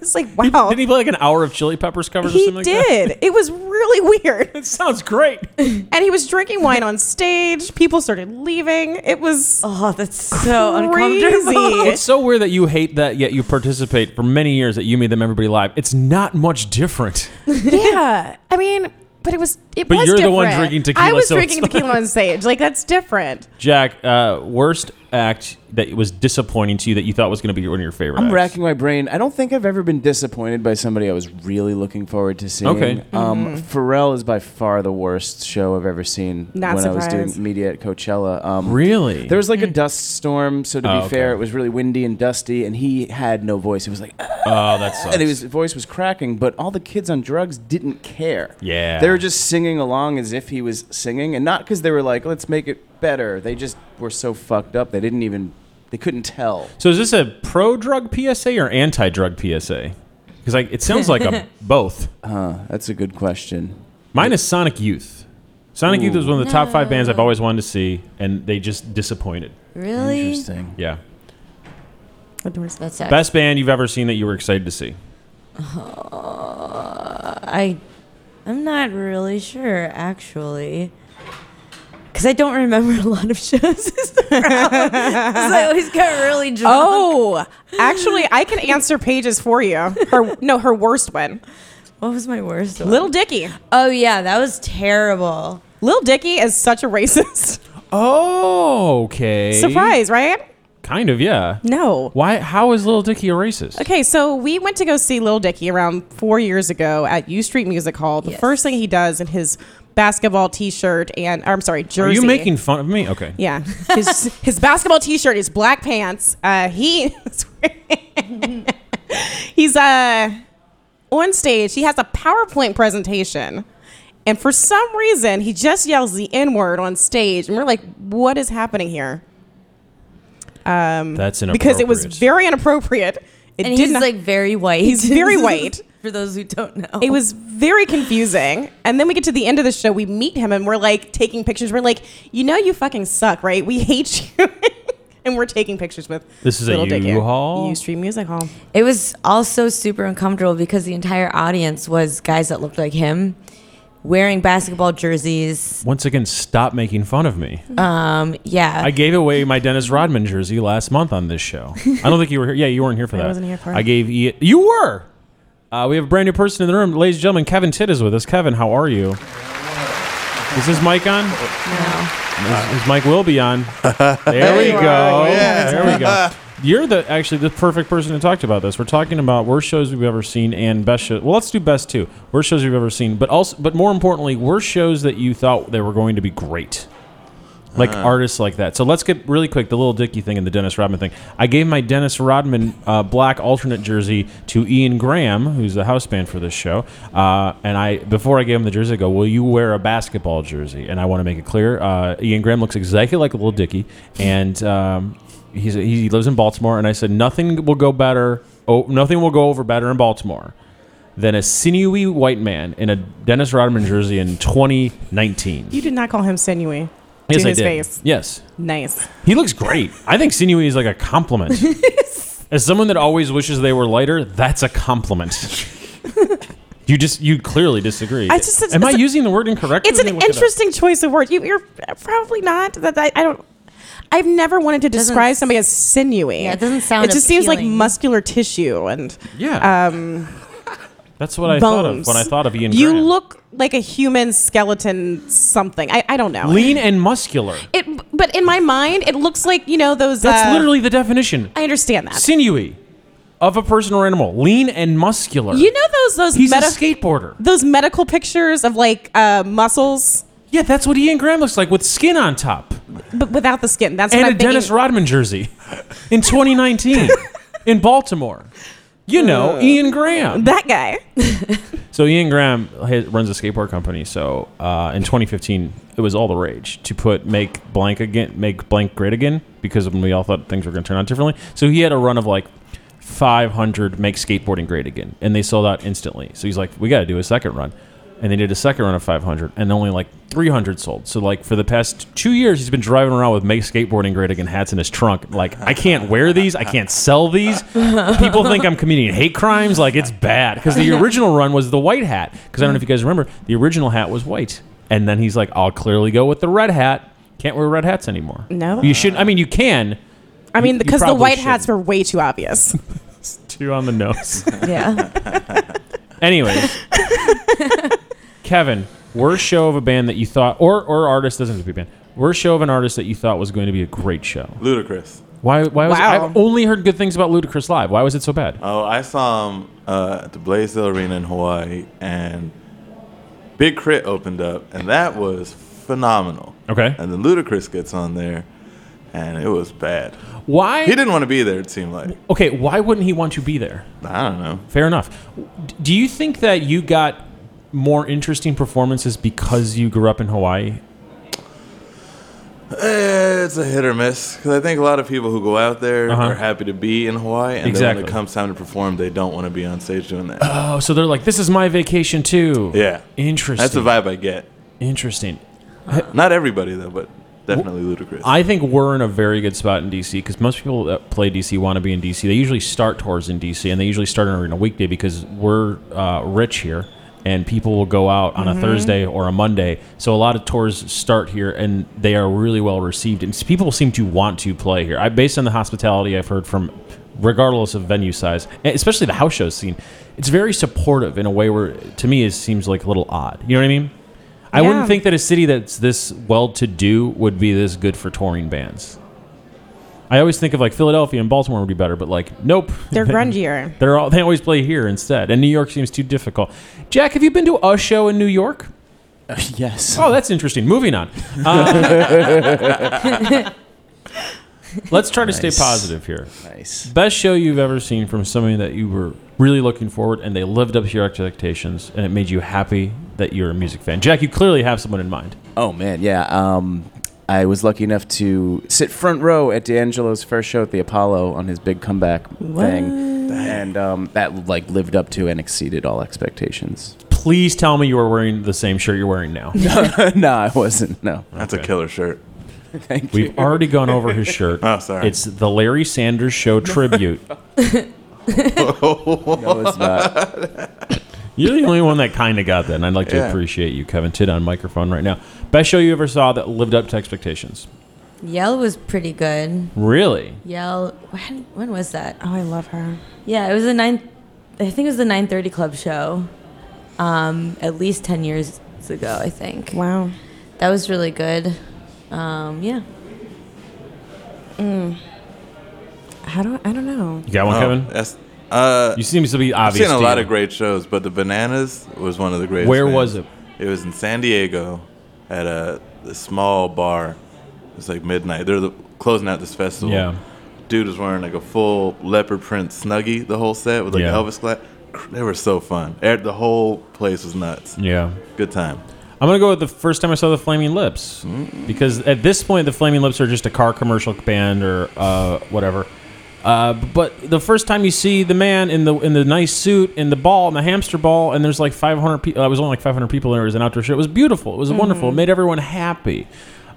It's like wow.
Didn't he play like an hour of Chili Peppers covers or
Oh. He
something like that?
did. it was really weird.
It sounds great.
And he was drinking wine on stage. People started leaving. It was
Oh, that's so uncomfortable.
crazy.
It's so weird that you hate that, yet you participate for many years at You Me Them Everybody Live. It's not much different.
yeah. I mean, but it was it
But
was
you're the
different.
one drinking tequila,
I was
so
drinking
it's not-
tequila on stage. Like that's different.
Jack, uh, worst act that was disappointing to you that you thought was going to be one of your favorite.
I'm
acts.
racking my brain. I don't think I've ever been disappointed by somebody I was really looking forward to seeing.
Okay.
Um, Pharrell is by far the worst show I've ever seen
Mm-hmm. Not
when I was
surprised.
doing media at Coachella. Um,
Really?
There was like a dust storm, so to
Oh,
be
okay.
fair, it was really windy and dusty, and he had no voice. He was like, "Ah,"
oh, that sucks.
and his voice was cracking, but all the kids on drugs didn't care.
Yeah.
They were just singing along as if he was singing, and not because they were like, let's make it better. They just were so fucked up, they didn't even, they couldn't tell.
so is this a pro drug PSA or anti drug PSA? Because like it sounds like a both.
Huh, that's a good question.
Mine is Sonic Youth. Sonic Youth was one of the top five bands I've always wanted to see, and they just disappointed.
really?
Interesting.
Yeah.
That's sad.
Best band you've ever seen that you were excited to see.
I I'm not really sure actually. Cause I don't remember a lot of shows. Because I always got really drunk.
Oh, actually, I can answer Paige's for you. Her no, her worst one.
What was my worst? One?
Little Dicky.
Oh yeah, that was terrible.
Lil Dicky is such a racist.
Oh, okay.
Surprise, right?
Kind of, yeah.
No.
Why? How is Little Dicky a racist?
Okay, so we went to go see Lil Dicky around four years ago at U Street Music Hall. The
Yes.
first thing he does in his basketball T-shirt and or, I'm sorry, jersey.
Are you making fun of me? Okay.
Yeah, his, his basketball T-shirt, his black pants. Uh, he he's uh on stage. He has a PowerPoint presentation, and for some reason, he just yells the N word on stage, and we're like, "What is happening here?"
That's inappropriate.
Because it was very inappropriate. It
And
did
he's
not,
like very white.
He's very white.
For those who don't know.
it was very confusing. And then we get to the end of the show, we meet him, and we're like taking pictures. We're like, "You know, you fucking suck, right? We hate you." And we're taking pictures with
This is a
Little Dicky.
U-Haul?
U Street Music Hall.
It was also super uncomfortable because the entire audience was guys that looked like him. wearing basketball jerseys.
Once again, stop making fun of me.
Um, yeah.
I gave away my Dennis Rodman jersey last month on this show. I don't think you were here. Yeah, you weren't here for that.
wasn't here for
I
it.
gave e- you were. Uh, we have a brand new person in the room, ladies and gentlemen. Kevin Titt is with us. Kevin, how are you? Is his mic on? His, his mic will be on. There we go. There we go. You're the actually the perfect person to talk to about this. We're talking about worst shows we've ever seen and best shows. Well, let's do best too. Worst shows we've ever seen, but also, but more importantly, worst shows that you thought they were going to be great like artists like that. So let's get really quick the little Dicky thing and the Dennis Rodman thing. I gave my Dennis Rodman uh, black alternate jersey to Ian Graham, who's the house band for this show. Uh, and I before I gave him the jersey, I go, "Will you wear a basketball jersey?" And I want to make it clear, uh, Ian Graham looks exactly like a little Dicky, and um, he's he lives in Baltimore. And I said, "Nothing will go better. Oh, nothing will go over better in Baltimore." Than a sinewy white man in a Dennis Rodman jersey in 2019.
You did not call him sinewy. to his face.
Yes,
Nice.
he looks great. I think sinewy is like a compliment. As someone that always wishes they were lighter, that's a compliment. you just you clearly disagree.
I just- it's-
Am I
it's a-
using the word incorrectly?
It's
Let me
an
look it up.
interesting choice of words. You, you're probably not. That I, I don't. I've never wanted to
Doesn't
describe
s-
somebody as sinewy.
Yeah, it doesn't sound
It just seems like
appealing.
muscular tissue and
Yeah.
um,
that's what I thought of
bones.
when I thought of Ian.
you
Graham.
look like a human skeleton. Something. I, I don't know.
lean and muscular.
It, but in my mind, it looks like you know those.
That's
uh,
literally the definition.
I understand that.
Sinewy of a person or animal, lean and muscular.
You know those those
He's
meta-
a skateboarder.
those medical pictures of like uh, muscles,
Yeah, that's what Ian Graham looks like with skin on top.
but without the skin. That's
and
what
a
I'm thinking.
Dennis Rodman jersey in 2019 in Baltimore. You know, Ian Graham.
that guy.
So Ian Graham has, runs a skateboard company. So uh, in 2015, it was all the rage to put make blank again, make blank great again, because when we all thought things were going to turn out differently. So he had a run of like 500 make skateboarding great again, and they sold out instantly. So he's like, we got to do a second run, and they did a second run of 500, and only like 300 sold. So like for the past two years, he's been driving around with make skateboarding great again hats in his trunk. Like I can't wear these, I can't sell these. People think I'm committing hate crimes. Like it's bad because the original run was the white hat. Because I don't know if you guys remember, the original hat was white, and then he's like, I'll clearly go with the red hat. Can't wear red hats anymore.
No.
you shouldn't. I mean, you can.
I mean,
you
because the
probably
white hats
shouldn't.
were way too obvious.
Two on the nose.
yeah.
Anyways, Kevin, worst show of a band that you thought, or or artist doesn't have to be a band. Worst show of an artist that you thought was going to be a great show.
Ludicrous.
Why? Why was
Wow.
I've only heard good things about Ludacris live. Why was it so bad?
Oh, I saw him uh, at the Blaisdell Arena in Hawaii, and Big Crit opened up, and that was phenomenal.
Okay.
And then Ludacris gets on there, and it was bad.
Why?
He didn't want to be there. It seemed like
okay. Why wouldn't he want to be there?
I don't know.
Fair enough. D- Do you think that you got more interesting performances because you grew up in Hawaii?
Eh, It's a hit or miss because I think a lot of people who go out there
Uh-huh.
are happy to be in Hawaii, and then
Exactly.
when it comes time to perform, they don't want to be on stage doing that.
Oh, so they're like, this is my vacation too.
yeah,
Interesting.
that's the vibe I get.
Interesting.
Not everybody though, but definitely Ludacris.
I think we're in a very good spot in DC because most people that play DC want to be in DC. They usually start tours in DC, and they usually start on a weekday because we're uh, rich here, and people will go out on a Thursday or a Monday. So a lot of tours start here, and they are really well received, and s- people seem to want to play here. I, based on the hospitality I've heard from, regardless of venue size, and especially the house show scene, it's very supportive in a way where, to me, it seems like a little odd. You know what I mean? I wouldn't
Yeah.
think that a city that's this well to do would be this good for touring bands. I always think of like Philadelphia and Baltimore would be better, but like nope.
They're grungier.
They're all they always play here instead. And New York seems too difficult. Jack, have you been to a show in New York?
yes.
Oh, that's interesting. Moving on. Uh, let's try to
Nice.
stay positive here.
Nice.
Best show you've ever seen from somebody that you were really looking forward and they lived up to your expectations and it made you happy that you're a music fan. Jack, you clearly have someone in mind.
Oh man, yeah. Um, I was lucky enough to sit front row at D'Angelo's first show at the Apollo on his big comeback thing, and um, that like lived up to and exceeded all expectations.
Please tell me you were wearing the same shirt you're wearing now.
no, I wasn't. No,
That's a killer shirt.
thank you.
We've already gone over his shirt.
Oh, sorry.
It's the Larry Sanders Show tribute.
No, it's not.
You're the only one that kind of got that, and I'd like to
Yeah.
appreciate you, Kevin Tid, on microphone right now. Best show you ever saw that lived up to expectations.
Yell was pretty good.
Really?
Yell. When, when was that?
Oh, I love her.
Yeah, it was a nine. I think it was the nine thirty club show. Um, at least ten years ago, I think.
Wow.
That was really good. Um, yeah.
How do I, I don't know.
You got one,
Oh,
Kevin?
That's, uh,
You seem to be
I've
obvious.
seen a
to
lot
you.
of great shows, but the Bananas was one of the greatest.
Where
bands.
was it?
It was in San Diego at a, a small bar. It was like midnight. They're the, closing out this festival.
Yeah.
Dude was wearing like a full leopard print snuggie the whole set with like
Yeah.
Elvis glass. They were so fun. Eh, The whole place was nuts.
Yeah.
Good time.
I'm gonna go with the first time I saw the Flaming Lips because at this point the Flaming Lips are just a car commercial band or uh, whatever. Uh, but the first time you see the man in the in the nice suit and the ball and the hamster ball and there's like 500 people. I uh, was only like 500 people and it was an outdoor show. It was beautiful. It was wonderful. It made everyone happy.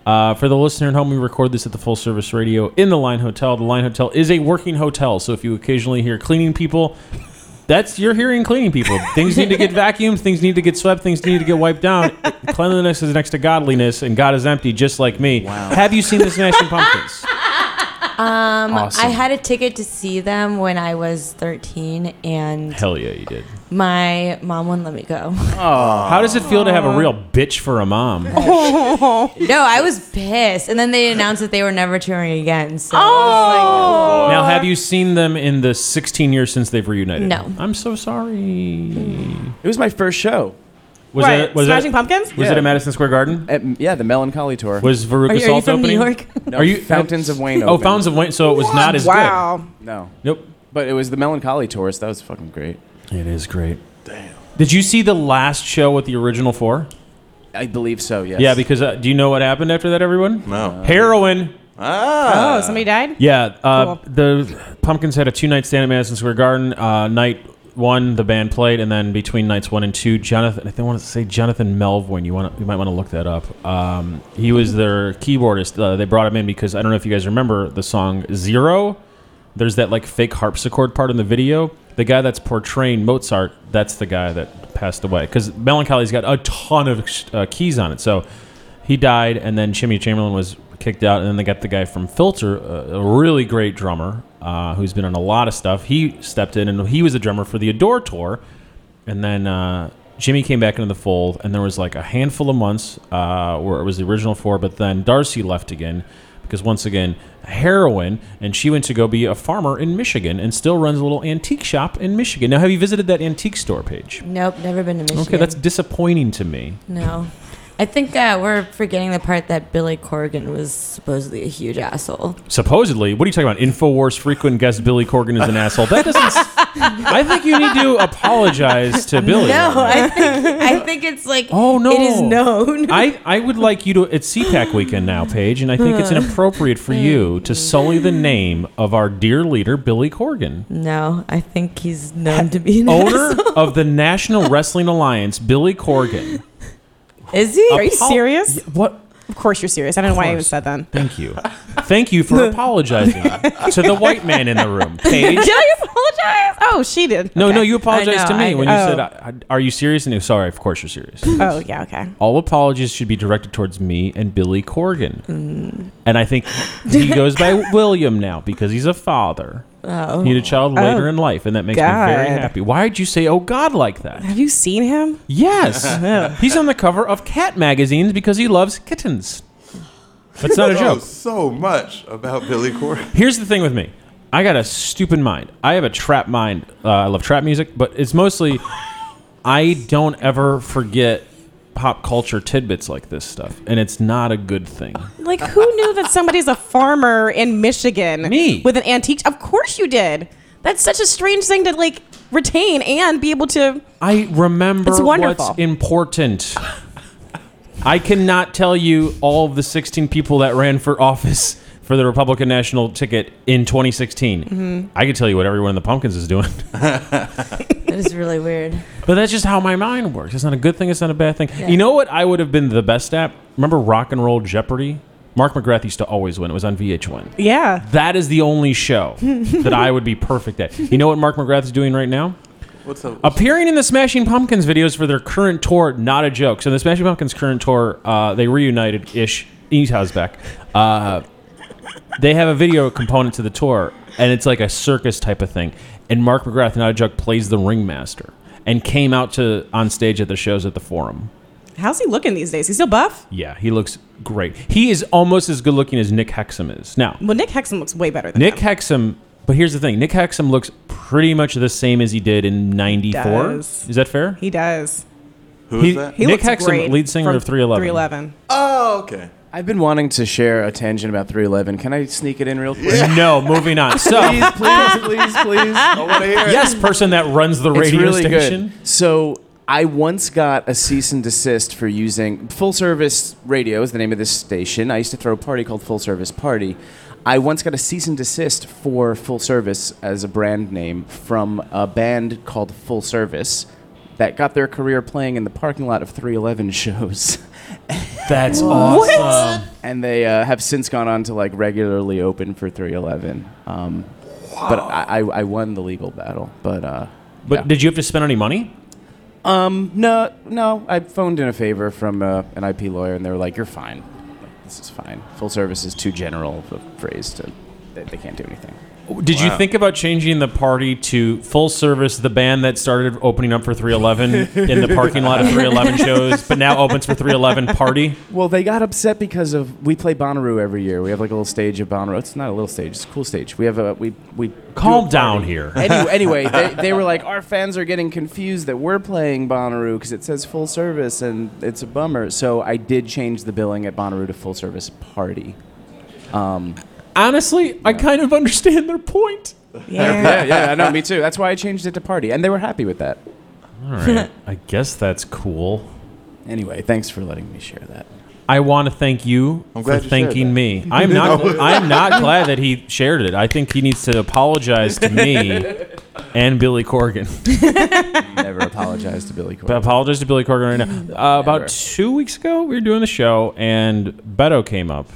Uh, for the listener at home, we record this at the Full Service Radio in the Line Hotel. The Line Hotel is a working hotel, so if you occasionally hear cleaning people, that's you're hearing cleaning people. Things need to get vacuumed. Things need to get swept. Things need to get wiped down. Cleanliness is next to godliness, and God is empty, just like me. Have you seen the Smashing Pumpkins?
Um, I had a ticket to see them when I was thirteen, and
Hell yeah, you did.
my mom wouldn't let me go.
How does it feel to have a real bitch for a mom?
no, I was pissed. And then they announced that they were never touring again. So
Now, have you seen them in the 16 years since they've reunited?
No.
I'm so sorry.
It was my first show.
Was
right.
it was
Smashing
it,
Pumpkins?
Was it at Madison Square Garden?
At, yeah, the Melancholy Tour.
Was Veruca
Are you- are you
Salt
from New
opening?
York?
No,
Are you
Fountains of Wayne?
Oh,
opened.
Fountains of Wayne. So it was not as
wow.
No,
good. Nope.
but it was the Melancholy Tour. So that was fucking great.
It is great. Damn. Did you see the last show with the original four?
I believe so. Yes.
Yeah, because uh, do you know what happened after that, everyone?
No.
Heroin.
ah.
oh, somebody died?
Yeah. Uh,
Cool.
The Pumpkins had a two night stand at Madison Square Garden. Uh, night one, the band played, and then between nights one and two, Jonathan, I think I want to say Jonathan Melvoin. You want you might want to look that up. Um, he was their keyboardist. Uh, they brought him in because I don't know if you guys remember the song Zero. There's that like fake harpsichord part in the video. The guy that's portraying Mozart, that's the guy that passed away. Because Melancholy's got a ton of uh, keys on it. So he died, and then Jimmy Chamberlain was kicked out, and then they got the guy from Filter, uh, a, a really great drummer uh, who's been on a lot of stuff. He stepped in, and he was a drummer for the Adore tour, and then uh, Jimmy came back into the fold, and there was like a handful of months uh, where it was the original four, but then Darcy left again because once again heroin, and she went to go be a farmer in Michigan, and still runs a little antique shop in Michigan. Now, have you visited that antique store page?
nope, never been to Michigan.
Oh! Okay, that's disappointing to me.
No. I think uh, we're forgetting the part that Billy Corgan was supposedly a huge asshole.
Supposedly, what are you talking about? Infowars frequent guest Billy Corgan is an asshole. That doesn't. s- I think you need to apologize to Billy.
No, I think, I think it's like
Oh no!
it is known.
I, I would like you to it's CPAC weekend now, Paige, and I think it's inappropriate for you to sully the name of our dear leader Billy Corgan,
no, I think he's known to be an
owner
asshole.
of the National Wrestling Alliance. Billy Corgan. oh.
Is he?
Are you
Apo-
serious?
Y- What?
Of course you're serious. I don't know why I even
course.
said that.
Thank you, thank you for apologizing to the white man in the room, Paige.
Did I apologize? Oh, she did.
No,
Okay.
no, you apologized
I
to
know,
me
I
when
know.
you
Oh.
said, I, I- "Are you serious?" And you, sorry, of course you're serious.
Oh, yeah, okay.
All apologies should be directed towards me and Billy Corgan, and I think he goes by William now because he's a father.
Oh.
He had a child later
Oh.
in life, and that makes me very
God.
happy. Why'd you say, "Oh God," like that?
Have you seen him?
Yes, he's on the cover of cat magazines because he loves kittens. That's not a
I know
joke.
so much about Billy Corgan.
Here's the thing with me. I got a stupid mind. I have a trap mind. Uh, I love trap music, but it's mostly I don't ever forget pop culture tidbits like this stuff, and it's not a good thing.
Like, who knew that somebody's a farmer in Michigan?
Me.
With an antique. Of course you did. That's such a strange thing to, like, retain and be able to.
I remember
It's wonderful.
what's important. I cannot tell you all of the 16 people that ran for office for the Republican national ticket in 2016.
Mm-hmm.
I could tell you what everyone in the Pumpkins is doing.
That is really weird.
But that's just how my mind works. It's not a good thing. It's not a bad thing. You know what? I would have been the best at. Remember Rock and Roll Jeopardy? Mark McGrath used to always win. It was on VH1.
Yeah.
That is the only show that I would be perfect at. You know what Mark McGrath is doing right now?
What's up?
appearing in the Smashing Pumpkins videos for their current tour. Not a joke. So the Smashing Pumpkins current tour, uh, they reunited ish. Utah's back. Uh, they have a video component to the tour, and it's like a circus type of thing. And Mark McGrath, not a joke, plays the ringmaster and came out to on stage at the shows at the Forum.
How's he looking these days? He's still buff.
Yeah, he looks great. He is almost as good looking as Nick Hexum is now.
Well, Nick Hexum looks way better than
Nick
him.
Hexum, but here's the thing: Nick Hexum looks pretty much the same as he did in '94.
Does.
Is that fair?
He does.
Who is
He-
that?
He
Nick
looks
Hexum,
great
lead singer
from
of 311.
311.
Oh, okay.
I've been wanting to share a tangent about 311. Can I sneak it in real quick?
No, moving on. So,
please, please, please, please.
I want to hear it.
yes, person that runs the radio station.
Good. So I once got a cease and desist for using full service radio is the name of this station. I used to throw a party called Full Service Party. I once got a cease and desist for full service as a brand name from a band called Full Service that got their career playing in the parking lot of 311 shows.
That's awesome.
and they uh, have since gone on to like regularly open for 311. Um, But I, I, I won the legal battle. But uh,
But
yeah.
did you have to spend any money?
Um, no, no. I phoned in a favor from uh, an IP lawyer, and they were like, "You're fine. Like, this is fine. Full service is too general of a phrase to. They, they can't do anything."
Did you think about changing the party to full service, the band that started opening up for 311 in the parking lot of 311 shows, but now opens for 311 Party?
Well, they got upset because of we play Bonnaroo every year. We have like a little stage of Bonnaroo. It's not a little stage. It's a cool stage. We have a we we
Calm
do a party.
down here.
Any, anyway, they, they were like, our fans are getting confused that we're playing Bonnaroo because it says full service, and it's a bummer. So I did change the billing at Bonnaroo to full service party. Um,
Honestly, I kind of understand their point.
Yeah.
Yeah, yeah, I know, me too. That's why I changed it to party, and they were happy with that.
All right. I guess that's cool.
Anyway, thanks for letting me share that.
I want to thank you
I'm
for
glad you
thanking
shared that.
me. I'm not. I'm not glad that he shared it. I think he needs to apologize to me and Billy Corgan.
Never apologize to Billy
I
Corgan.
apologize to Billy Corgan right
Mm,
now. Uh, about two weeks ago, we were doing the show, and Beto came up,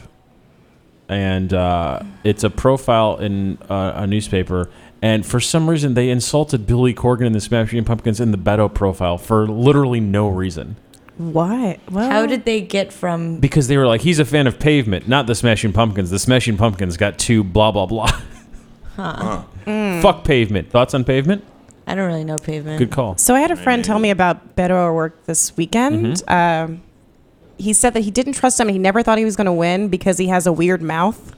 and uh, it's a profile in uh, a newspaper. And for some reason, they insulted Billy Corgan and the Smashing Pumpkins in the Beto profile for literally no reason.
What? Well,
How did they get from?
Because they were like, he's a fan of Pavement, not the Smashing Pumpkins. The Smashing Pumpkins got two blah, blah, blah.
Mm.
Fuck Pavement. Thoughts on Pavement?
I don't really know pavement.
Good call.
So I had a friend tell me about Beto O'Rourke this weekend.
Mm-hmm.
Um, he said that he didn't trust him. and He never thought he was going to win because he has a weird mouth.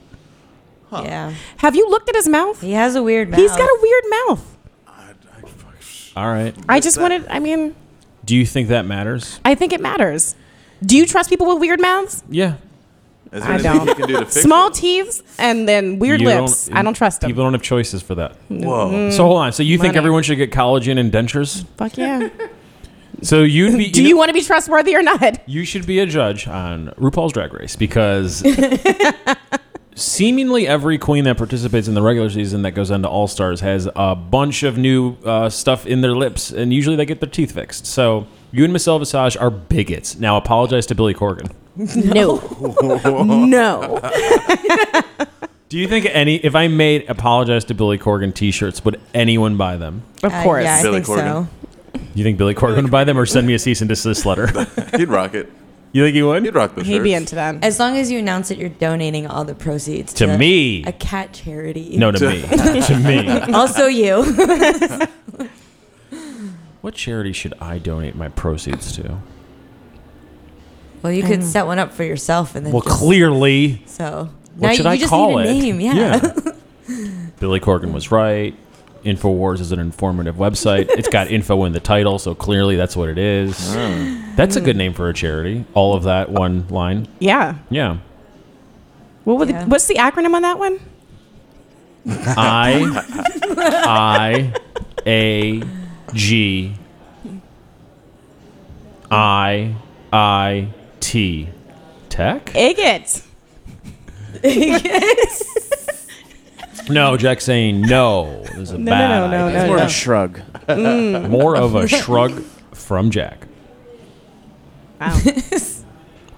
Yeah,
Have you looked at his mouth?
he has a weird mouth.
He's got a weird mouth.
All right.
I just wanted. I mean,
Do you think that matters?
I think it matters. Do you trust people with weird mouths,
Yeah.
Is there
I
anything
don't.
you can do to fix
small teeth, and then weird
You
lips? I don't trust them. Mm.
People don't have choices for that.
it? Whoa.
So hold on. So you think
Money.
everyone should get collagen and dentures?
Fuck yeah.
So you'd be.
Do you want to be trustworthy or not?
You should be a judge on RuPaul's Drag Race because seemingly every queen that participates in the regular season that goes on to All Stars has a bunch of new uh, stuff in their lips, and usually they get their teeth fixed. So you and Michelle Visage are bigots. Now apologize to Billy Corgan.
No. no.
Uh,
Do you think any, if I made apologize to Billy Corgan t shirts, would anyone buy them?
Of
Uh,
course.
yeah, I
Billy
think
Corgan.
so.
You think Billy Corgan would buy them or send me a cease and desist letter?
He'd rock it.
You think he
Mm. He'd
would?
rock the
He'd be
shirts.
into that.
As long as you announce that you're donating all the proceeds
To me.
a cat charity.
No, to me. to me.
also you.
What charity should I donate my proceeds to?
well, you could set one up for yourself and then.
Well,
just-
clearly,
So
what
now
should
you
I
just
call
need a
it?
name. Yeah.
Yeah. Billy Corgan was right. Infowars is an informative website. It's got info in the title, so clearly that's what it is. That's a good name for a charity. All of that one line.
Yeah.
Yeah.
What would the-
Yeah.
what's the acronym on that one?
I I A G I I T Tech?
Igot.
No, Jack's saying no. There's a
No, no,
bad
no, no,
idea.
no,
Or
no.
a shrug.
More of a shrug from Jack.
Wow.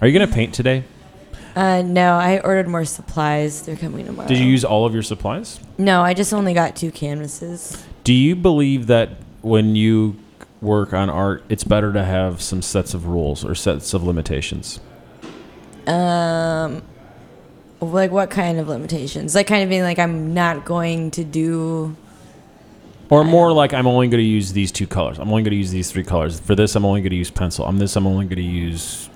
Are you gonna paint today?
Uh, no, I ordered more supplies. They're coming tomorrow.
Did you use all of your supplies?
No, I just only got two canvases.
Do you believe that when you work on art, it's better to have some sets of rules or sets of limitations.
Like what kind of limitations? Like kind of being like I'm not going to do.
Or more like I'm only going to use these two colors. I'm only going to use these three colors. For this, I'm only going to use pencil. On this, I'm only going to use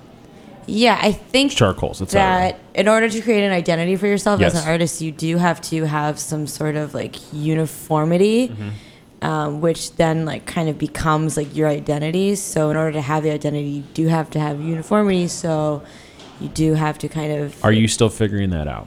Yeah, I think
charcoals, etc.
that in order to create an identity for yourself as
Yes.
an artist, you do have to have some sort of like uniformity,
Mm-hmm.
um, which then like kind of becomes like your identity. So in order to have the identity, you do have to have uniformity. So you do have to kind of.
Are you still figuring that out?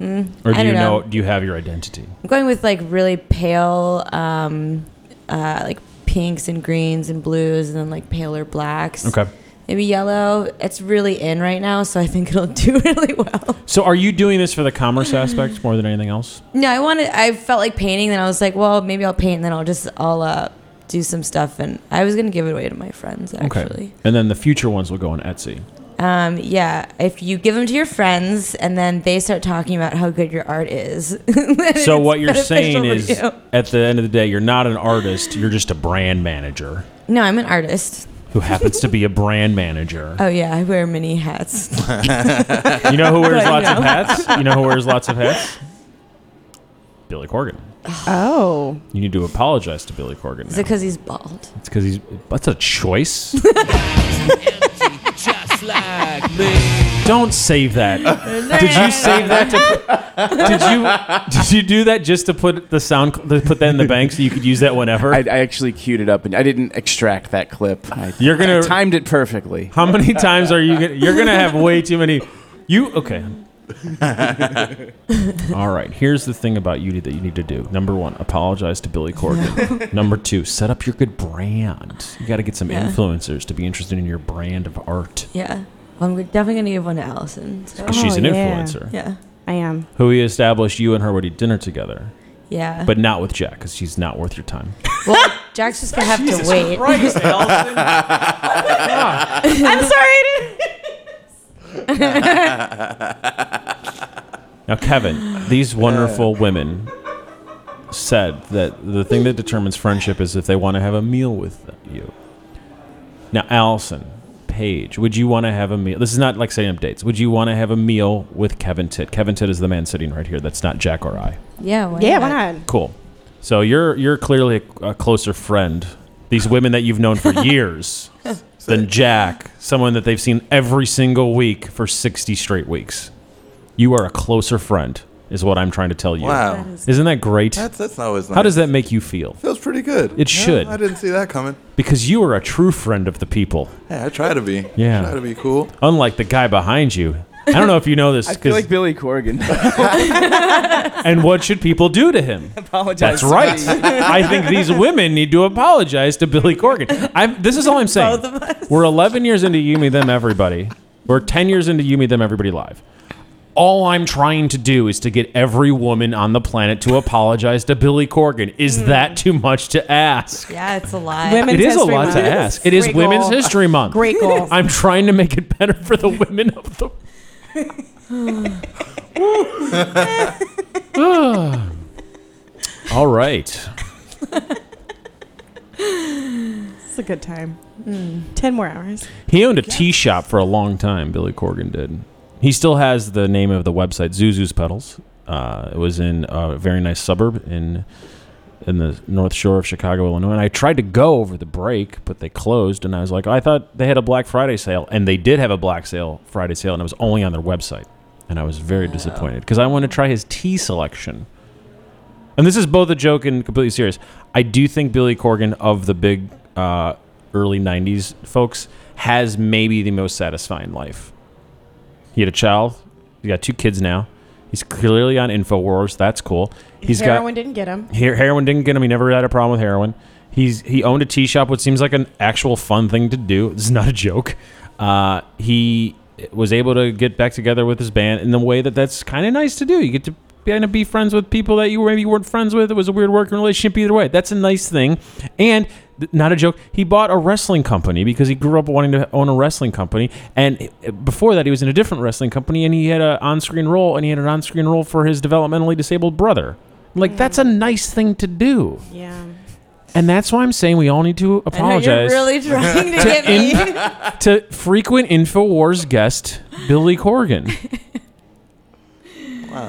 or do
Mm, I
you
don't know.
know? Do you have your identity?
I'm going with like really pale, um, uh, like pinks and greens and blues, and then like paler blacks.
Okay.
Maybe yellow. It's really in right now, so I think it'll do really well.
So, are you doing this for the commerce aspect more than anything else?
No, I wanted. I felt like painting, then I was like, well, maybe I'll paint, and then I'll just I'll uh, do some stuff, and I was gonna give it away to my friends actually.
And then the future ones will go on Etsy.
Um, yeah, if you give them to your friends, and then they start talking about how good your art is. then
So
it's
what you're
beneficial
saying
for
is,
you.
at the end of the day, you're not an artist. You're just a brand manager
no, I'm an artist.
who happens to be a brand manager.
Oh yeah, I wear many hats.
You know who wears lots
know.
of hats? You know who wears lots of hats? Billy Corgan.
Oh.
You need to apologize to Billy Corgan.
Is
now.
it because he's bald?
It's because he's. That's a choice. Don't save that. Did you save that? To, did you did you do that just to put the sound to put that in the bank so you could use that whenever?
I, I actually queued it up and I didn't extract that clip. I,
You're gonna-
I timed it perfectly.
How many times are you gonna, you're gonna have way too many? You okay? All right. Here's the thing about you that you need to do. Number one, apologize to Billy Corgan. Number two, set up your good brand. You got to get some
Yeah.
influencers to be interested in your brand of art.
Yeah. Well, I'm definitely gonna give one to Allison. So.
'Cause she's
Oh,
an
yeah.
influencer
Yeah.
I am.
who he established you and her would eat dinner together,
Yeah.
but not with Jack because she's not worth your time.
well, Jack's just gonna have to wait.
I'm sorry.
Now, Kevin, these wonderful women said that the thing that determines friendship is if they want to have a meal with you. Now, Allison, Paige, would you want to have a meal? This is not like setting up dates. Would you want to have a meal with Kevin Titt? Kevin Titt is the man sitting right here. That's not Jack or I.
Yeah. Why
Yeah, why not?
Cool. So you're you're clearly a, a closer friend. These women that you've known for years than Jack, someone that they've seen every single week for 60 straight weeks. You are a closer friend, is what I'm trying to tell you.
Wow.
Isn't that great?
That's that's not always nice.
How does that make you feel?
feels pretty good?
It should.
I didn't see that coming.
Because you are a true friend of the people,
Hey, I try to be.
Yeah.
Try to be cool.
unlike the guy behind you. I don't know if you know this.
I feel
'cause-
like Billy Corgan.
and what should people do to him?
Apologize.
That's right. I think these women need to apologize to Billy Corgan. I'm, this is all I'm saying. We're 11 years into You Me Them Everybody. We're 10 years into You Me Them Everybody Live. All I'm trying to do is to get every woman on the planet to apologize to Billy Corgan. Is that too much to ask?
Yeah, it's a lot.
Hmm.
it
Women's
is a
History
lot
Month.
to ask. It is
Great
Women's
goal.
History Month.
Great goal.
I'm trying to make it better for the women of the. All right.
It's a good time. Ten more hours.
He owned a tea shop for a long time. Billy Corgan did. He still has the name of the website Zuzu's Petals. Uh, it was in a very nice suburb in in the North Shore of Chicago, Illinois. And I tried to go over the break, but they closed. And I was like, I thought they had a Black Friday sale, and they did have a Black Sale Friday sale, and it was only on their website. And I was very disappointed because I wanted to try his tea selection. And this is both a joke and completely serious. I do think Billy Corgan of the big uh, early '90s folks has maybe the most satisfying life. He had a child. He got two kids now. He's clearly on Infowars. That's cool. He's got
Heroin didn't get him.
Her- heroin didn't get him. He never had a problem with heroin. He's he owned a tea shop, which seems like an actual fun thing to do. This is not a joke. Uh, he was able to get back together with his band in the way that that's kind of nice to do. You get to kind of be friends with people that you maybe weren't friends with. It was a weird working relationship either way. That's a nice thing. And th- not a joke. He bought a wrestling company because he grew up wanting to own a wrestling company. And uh, before that, he was in a different wrestling company, and he had an on-screen role, and he had an on-screen
Mm.
role for his developmentally disabled brother. Like that's a nice thing to do.
Yeah.
And that's why I'm saying we all need to
I know You're
apologize
really trying to get me.
to frequent InfoWars guest Billy Corgan.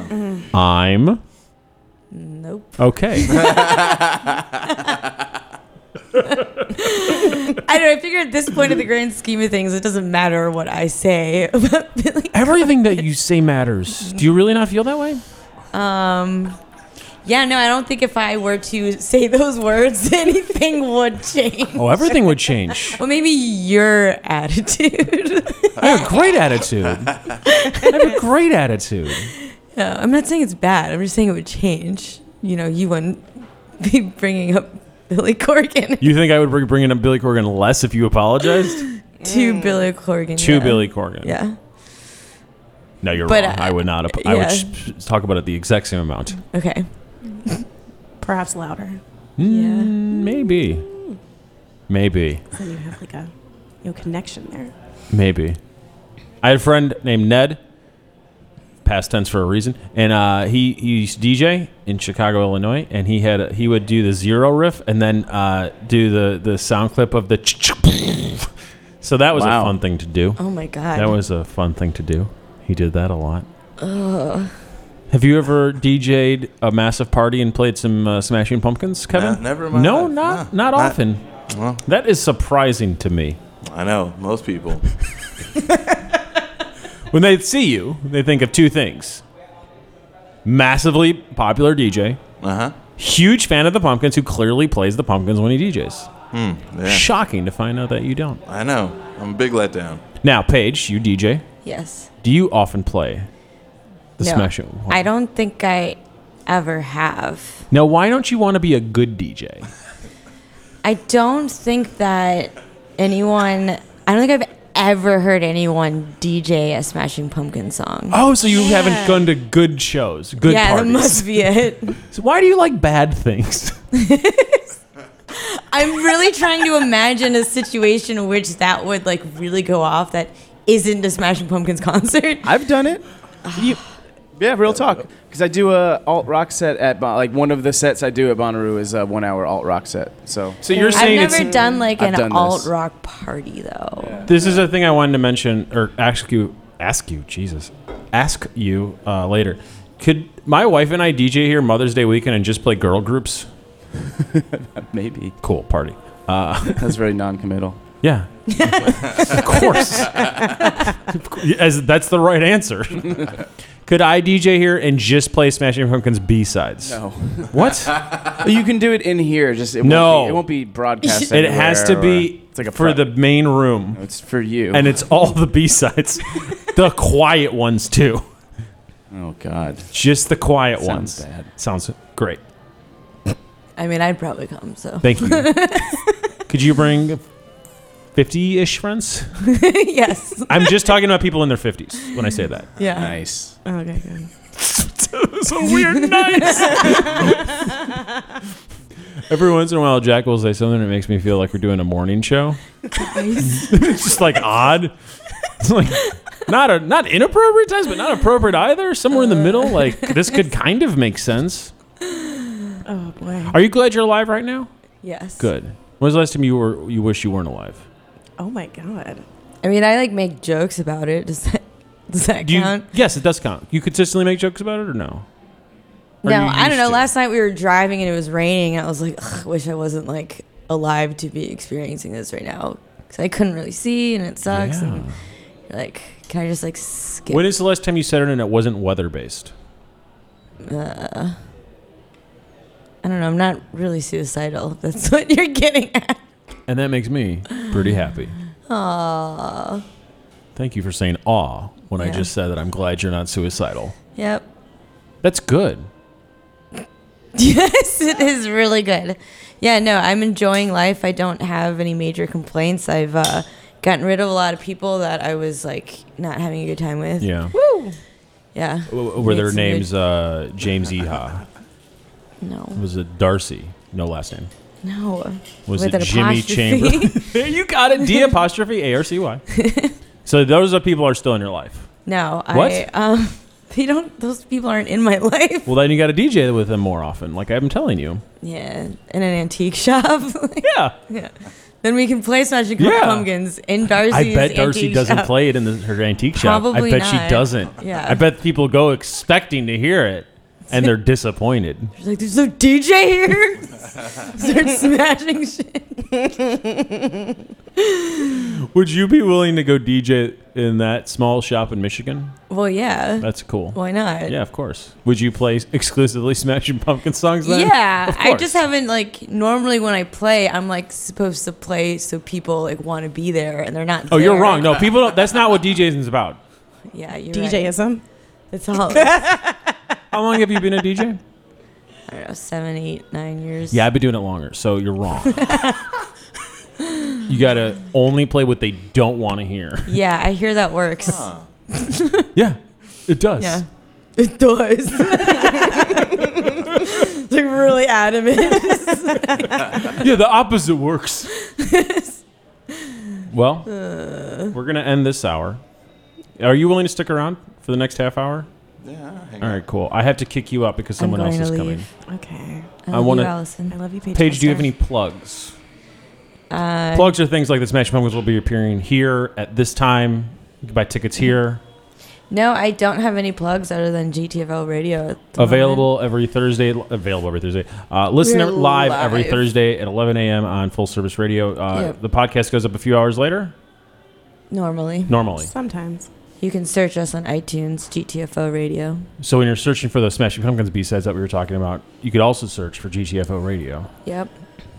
Mm.
I'm
nope.
okay.
I don't. know, I figure at this point in the grand scheme of things, it doesn't matter what I say about Billy.
Everything that you say matters. Do you really not feel that way?
Um, yeah, no, I don't think if I were to say those words, anything would change.
Oh, everything would change.
Well, maybe your attitude.
I have a great attitude. I have a great attitude.
no, I'm not saying it's bad. I'm just saying it would change. You know, you wouldn't be bringing up Billy Corgan
You think I would bring bringing up Billy Corgan less if you apologized
to Billy Corgan.
to
yeah.
Billy Corgan?
Yeah.
No, you're
But,
wrong.
uh,
I would not. Ap- I would
yeah.
sh- talk about it the exact same amount.
Okay.
Perhaps louder.
Mm, maybe. Maybe.
Then you have like a you know, connection there.
Maybe. I had a friend named Ned, past tense for a reason, and uh, he he used to DJ in Chicago, Illinois, and he had a, he would do the zero riff and then uh, do the the sound clip of the. So that was
Wow.
a fun thing to do.
Oh my God.
That was a fun thing to do. He did that a lot. Have you ever DJ'd a massive party and played some uh, Smashing Pumpkins, Kevin?
No, never in my
No,
life.
not
No,
not
not-
often.
Well,
That is surprising to me.
I know most people.
When they see you, they think of two things: massively popular DJ,
Uh huh.
huge fan of the Pumpkins, who clearly plays the Pumpkins when he DJs.
Hmm, Yeah,
Shocking to find out that you don't.
I know. I'm a big letdown.
Now, Paige, you DJ.
yes.
Do you often play the
No.
Smash? It?
I don't think I ever have.
Now, why don't you want to be a good DJ?
I don't think that anyone. I don't think I've ever heard anyone DJ a Smashing Pumpkin song.
Oh, so you haven't gone to good shows, good
yeah,
parties.
that must be it.
So why do you like bad things?
I'm really trying to imagine a situation in which that would like really go off. That isn't a Smashing Pumpkins concert.
I've done it. You- yeah, real talk. Because I do a alt rock set at Bon- like one of the sets I do at Bonnaroo is a one hour alt rock set. So
So you're
I've
saying
never
it's
done like
I've
an
done this.
alt rock party though.
This is a thing I wanted to mention or ask you, ask you, Jesus, ask you uh, later. Could my wife and I DJ here Mother's Day weekend and just play girl groups?
maybe
Cool party.
that's very non-committal.
Yeah, of course. Of cour- As that's the right answer. Could I DJ here and just play Smashing Pumpkins B sides?
No,
What?
you can do it in here. Just it
No.
won't be, it won't be broadcast.
It has to
everywhere
be
or- it's like a
for
pri-
the main room,
It's for you.
and it's all the B sides, the quiet ones too.
oh God,
Just the quiet ones.
Sounds bad.
Sounds great.
I mean, I'd probably come. So
Thank you. Could you bring 50 ish friends?
yes,
I'm just talking about people in their 50s when I say that.
yeah.
nice.
Okay, good.
It's a weird night. Every once in a while, Jack will say something that makes me feel like we're doing a morning show. it's just like odd. It's like not a not inappropriate times, but not appropriate either. Somewhere in the
Uh.
middle, like this could kind of make sense.
Oh boy.
Are you glad you're alive right now?
Yes.
Good. When was the last time you were you wish you weren't alive?
Oh my god.
I mean, I like make jokes about it. Does that does that
Do you,
count?
Yes, it does count. You consistently make jokes about it or no? Or
No,
you
I don't
used
know.
to?
Last night we were driving and it was raining. And I was like, Ugh, wish I wasn't like alive to be experiencing this right now because I couldn't really see and it sucks.
Yeah.
And like, can I just like skip?
When is the last time you said it and it wasn't weather based?
uh, I don't know. I'm not really suicidal. if That's what you're getting at.
And that makes me pretty happy.
Aww.
Thank you for saying aw when I
Yeah.
just said that I'm glad you're not suicidal.
Yep.
That's good.
Yes, it is really good. Yeah, no, I'm enjoying life. I don't have any major complaints. I've uh, gotten rid of a lot of people that I was like not having a good time with.
Yeah.
Yeah.
W- w- Were
Made
their
some
names uh, James Eha?
No.
Was it Darcy? No last name.
No.
Was
With
it
an
Jimmy
apostrophe.
Chamberlain? you got it. D apostrophe A R C Y. So those are people are still in your life.
No.
What?
I, um, They don't. Those people aren't in my life.
Well, then you got to DJ with them more often, like I'm telling you.
Yeah, in an antique shop.
Yeah.
yeah. Then we can play Smashing Pumpkins
Yeah.
Pumpkins in Darcy's.
I bet Darcy
antique
doesn't
shop.
play it in the, her antique shop.
Oh. Probably
I bet
not.
she doesn't.
Yeah.
I bet people go expecting to hear it, and they're disappointed.
She's like, there's no DJ here. Start smashing shit.
Would you be willing to go DJ in that small shop in Michigan?
Well, yeah.
That's cool.
Why not?
Yeah, of course. Would you play exclusively Smashing Pumpkin songs then?
Yeah,
Of
I
course.
just haven't like normally when I play, I'm like supposed to play so people like want to be there and they're not.
Oh, you're
there.
wrong. No, people don't. That's not what DJing is about.
Yeah, you're right.
DJism.
It's all I
How long have you been a DJ?
don't know, seven, eight, nine years.
Yeah, I've been doing it longer, so you're wrong. you gotta only play what they don't want to hear.
Yeah, I hear that works.
Yeah, it does.
Yeah. It does. like really adamant.
yeah, the opposite works. well,
Uh.
we're gonna end this hour. Are you willing to stick around for the next half hour?
Yeah, I'll hang
All right, cool. I have to kick you out because someone
I'm
else
going
is
to
coming.
leave.
Okay.
I,
I
love
wanna-
you, Allison.
I love you, Paige.
Paige, do you have
Kessler.
any plugs?
Uh,
Plugs are things like the Smash Pumpkins will be appearing here at this time. You can buy
Mm-hmm.
tickets here.
No, I don't have any plugs other than GTFL radio. at the moment.
Available every Thursday. Available every Thursday. Uh, listen
We're
live, every
live.
Thursday at 11 a.m. on Full Service Radio. Uh,
Yeah.
The podcast goes up a few hours later,
normally.
normally.
Sometimes.
You can search us on iTunes, GTFO radio.
So when you're searching for the Smashing Pumpkins B-sides that we were talking about, you could also search for GTFO Radio.
Yep.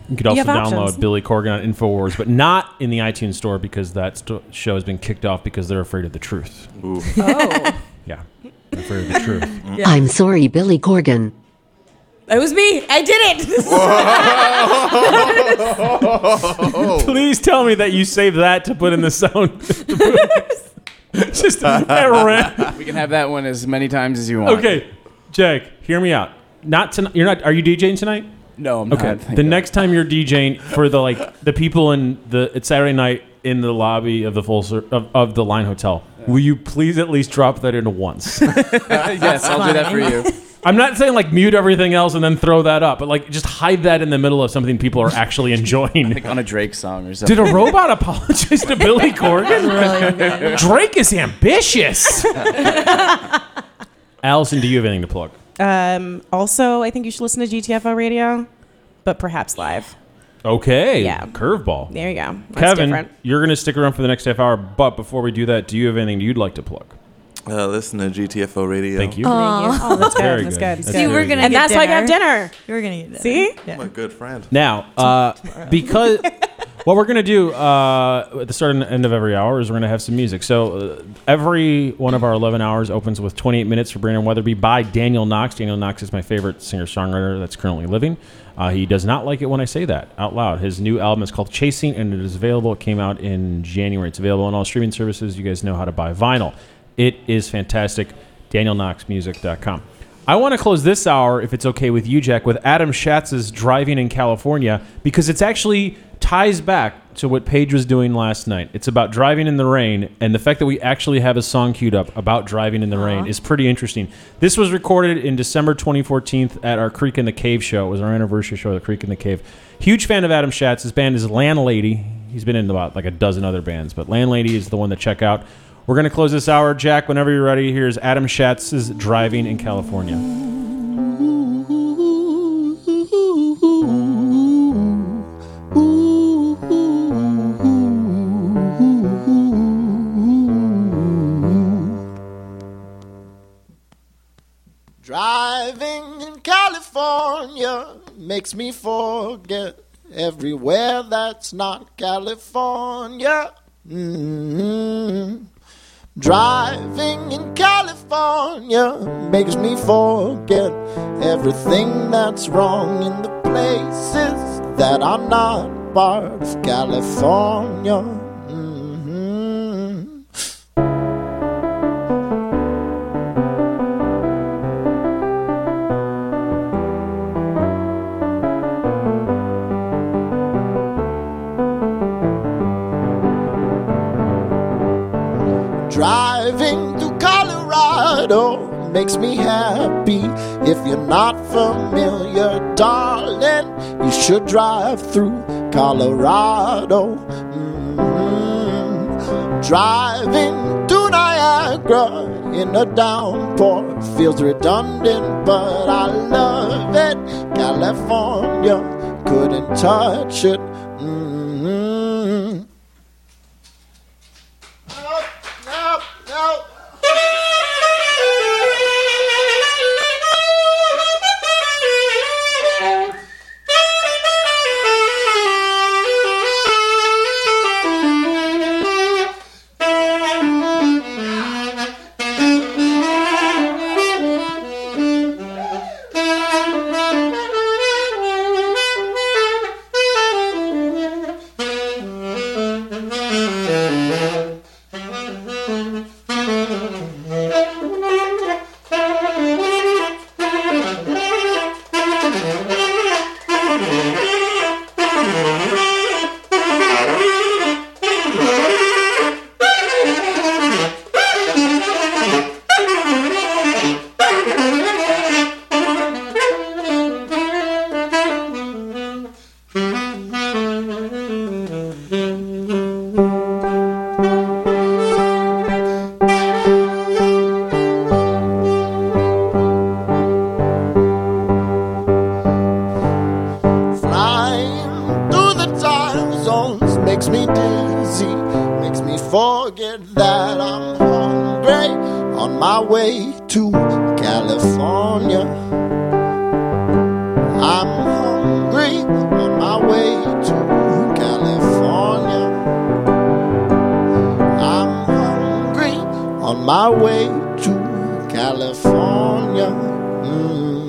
You could also
have
download
options.
Billy Corgan on Infowars, but not in the iTunes store because that st- show has been kicked off because they're afraid of the truth.
out. Ooh.
Oh,
Yeah, they're afraid of the truth.
I'm sorry, Billy Corgan.
that was me. I did it.
Please tell me that you saved that to put in the sound. Just at random.
We can have that one as many times as you want.
Okay, Jack, hear me out. Not tonight. You're not. Are you DJing tonight?
No, I'm
Okay.
not. thank
the
God.
next time you're DJing for the like the people in the it's Saturday night in the lobby of the full ser- of, of the Line Hotel. Will you please at least drop that in once?
yes, I'll do that for you.
I'm not saying like mute everything else and then throw that up, but like just hide that in the middle of something people are actually enjoying.
Like on a Drake song or something.
Did a robot apologize to Billy Corgan?
Really?
Drake is ambitious. Allison, do you have anything to plug?
Um, also, I think you should listen to GTFO radio, but perhaps live.
Okay.
Yeah.
Curveball.
There you go. That's
Kevin,
different.
you're going to stick around for the next half hour, but before we do that, do you have anything you'd like to plug?
Uh, listen to GTFO radio.
Thank you.
Thank you. Oh, that's good.
Very
that's
good.
good. That's
That's
See,
good.
we're gonna.
very good.
And
get
that's why I got dinner.
You're gonna get dinner.
See?
Yeah.
I'm a good friend.
Now, uh, because what we're going to do uh, at the start and end of every hour is we're going to have some music. So uh, every one of our 11 hours opens with 28 minutes for Brandon Weatherby by Daniel Knox. Daniel Knox is my favorite singer songwriter that's currently living. Uh, he does not like it when I say that out loud. His new album is called Chasing, and it is available. It came out in January. It's available on all streaming services. You guys know how to buy vinyl. It is fantastic. DanielKnoxMusic.com. I want to close this hour, if it's okay with you, Jack, with Adam Schatz's Driving in California, because it's actually ties back to what Paige was doing last night. It's about driving in the rain, and the fact that we actually have a song queued up about driving in the rain is pretty interesting. This was recorded in December 2014 at our Creek in the Cave show. It was our anniversary show, at the Creek in the Cave. Huge fan of Adam Schatz. His band is Landlady. He's been in about like a dozen other bands, but Landlady is the one to check out. We're going to close this hour. Jack, whenever you're ready, here's Adam Schatz's Driving in California.
Driving in California makes me forget everywhere that's not California. Mm. Driving in California makes me forget everything that's wrong in the places that are not part of California. Mhm. Driving to Colorado makes me happy. If you're not familiar, darling, you should drive through Colorado. Mm. Driving to Niagara in a downpour feels redundant, but I love it. California couldn't touch it. Mm. Nope, nope, nope. Flying through the time zones makes me dizzy, makes me forget that I'm hungry on my way to California. I'm hungry on my way to California. I'm hungry on my way to California. Mm. Mm-hmm.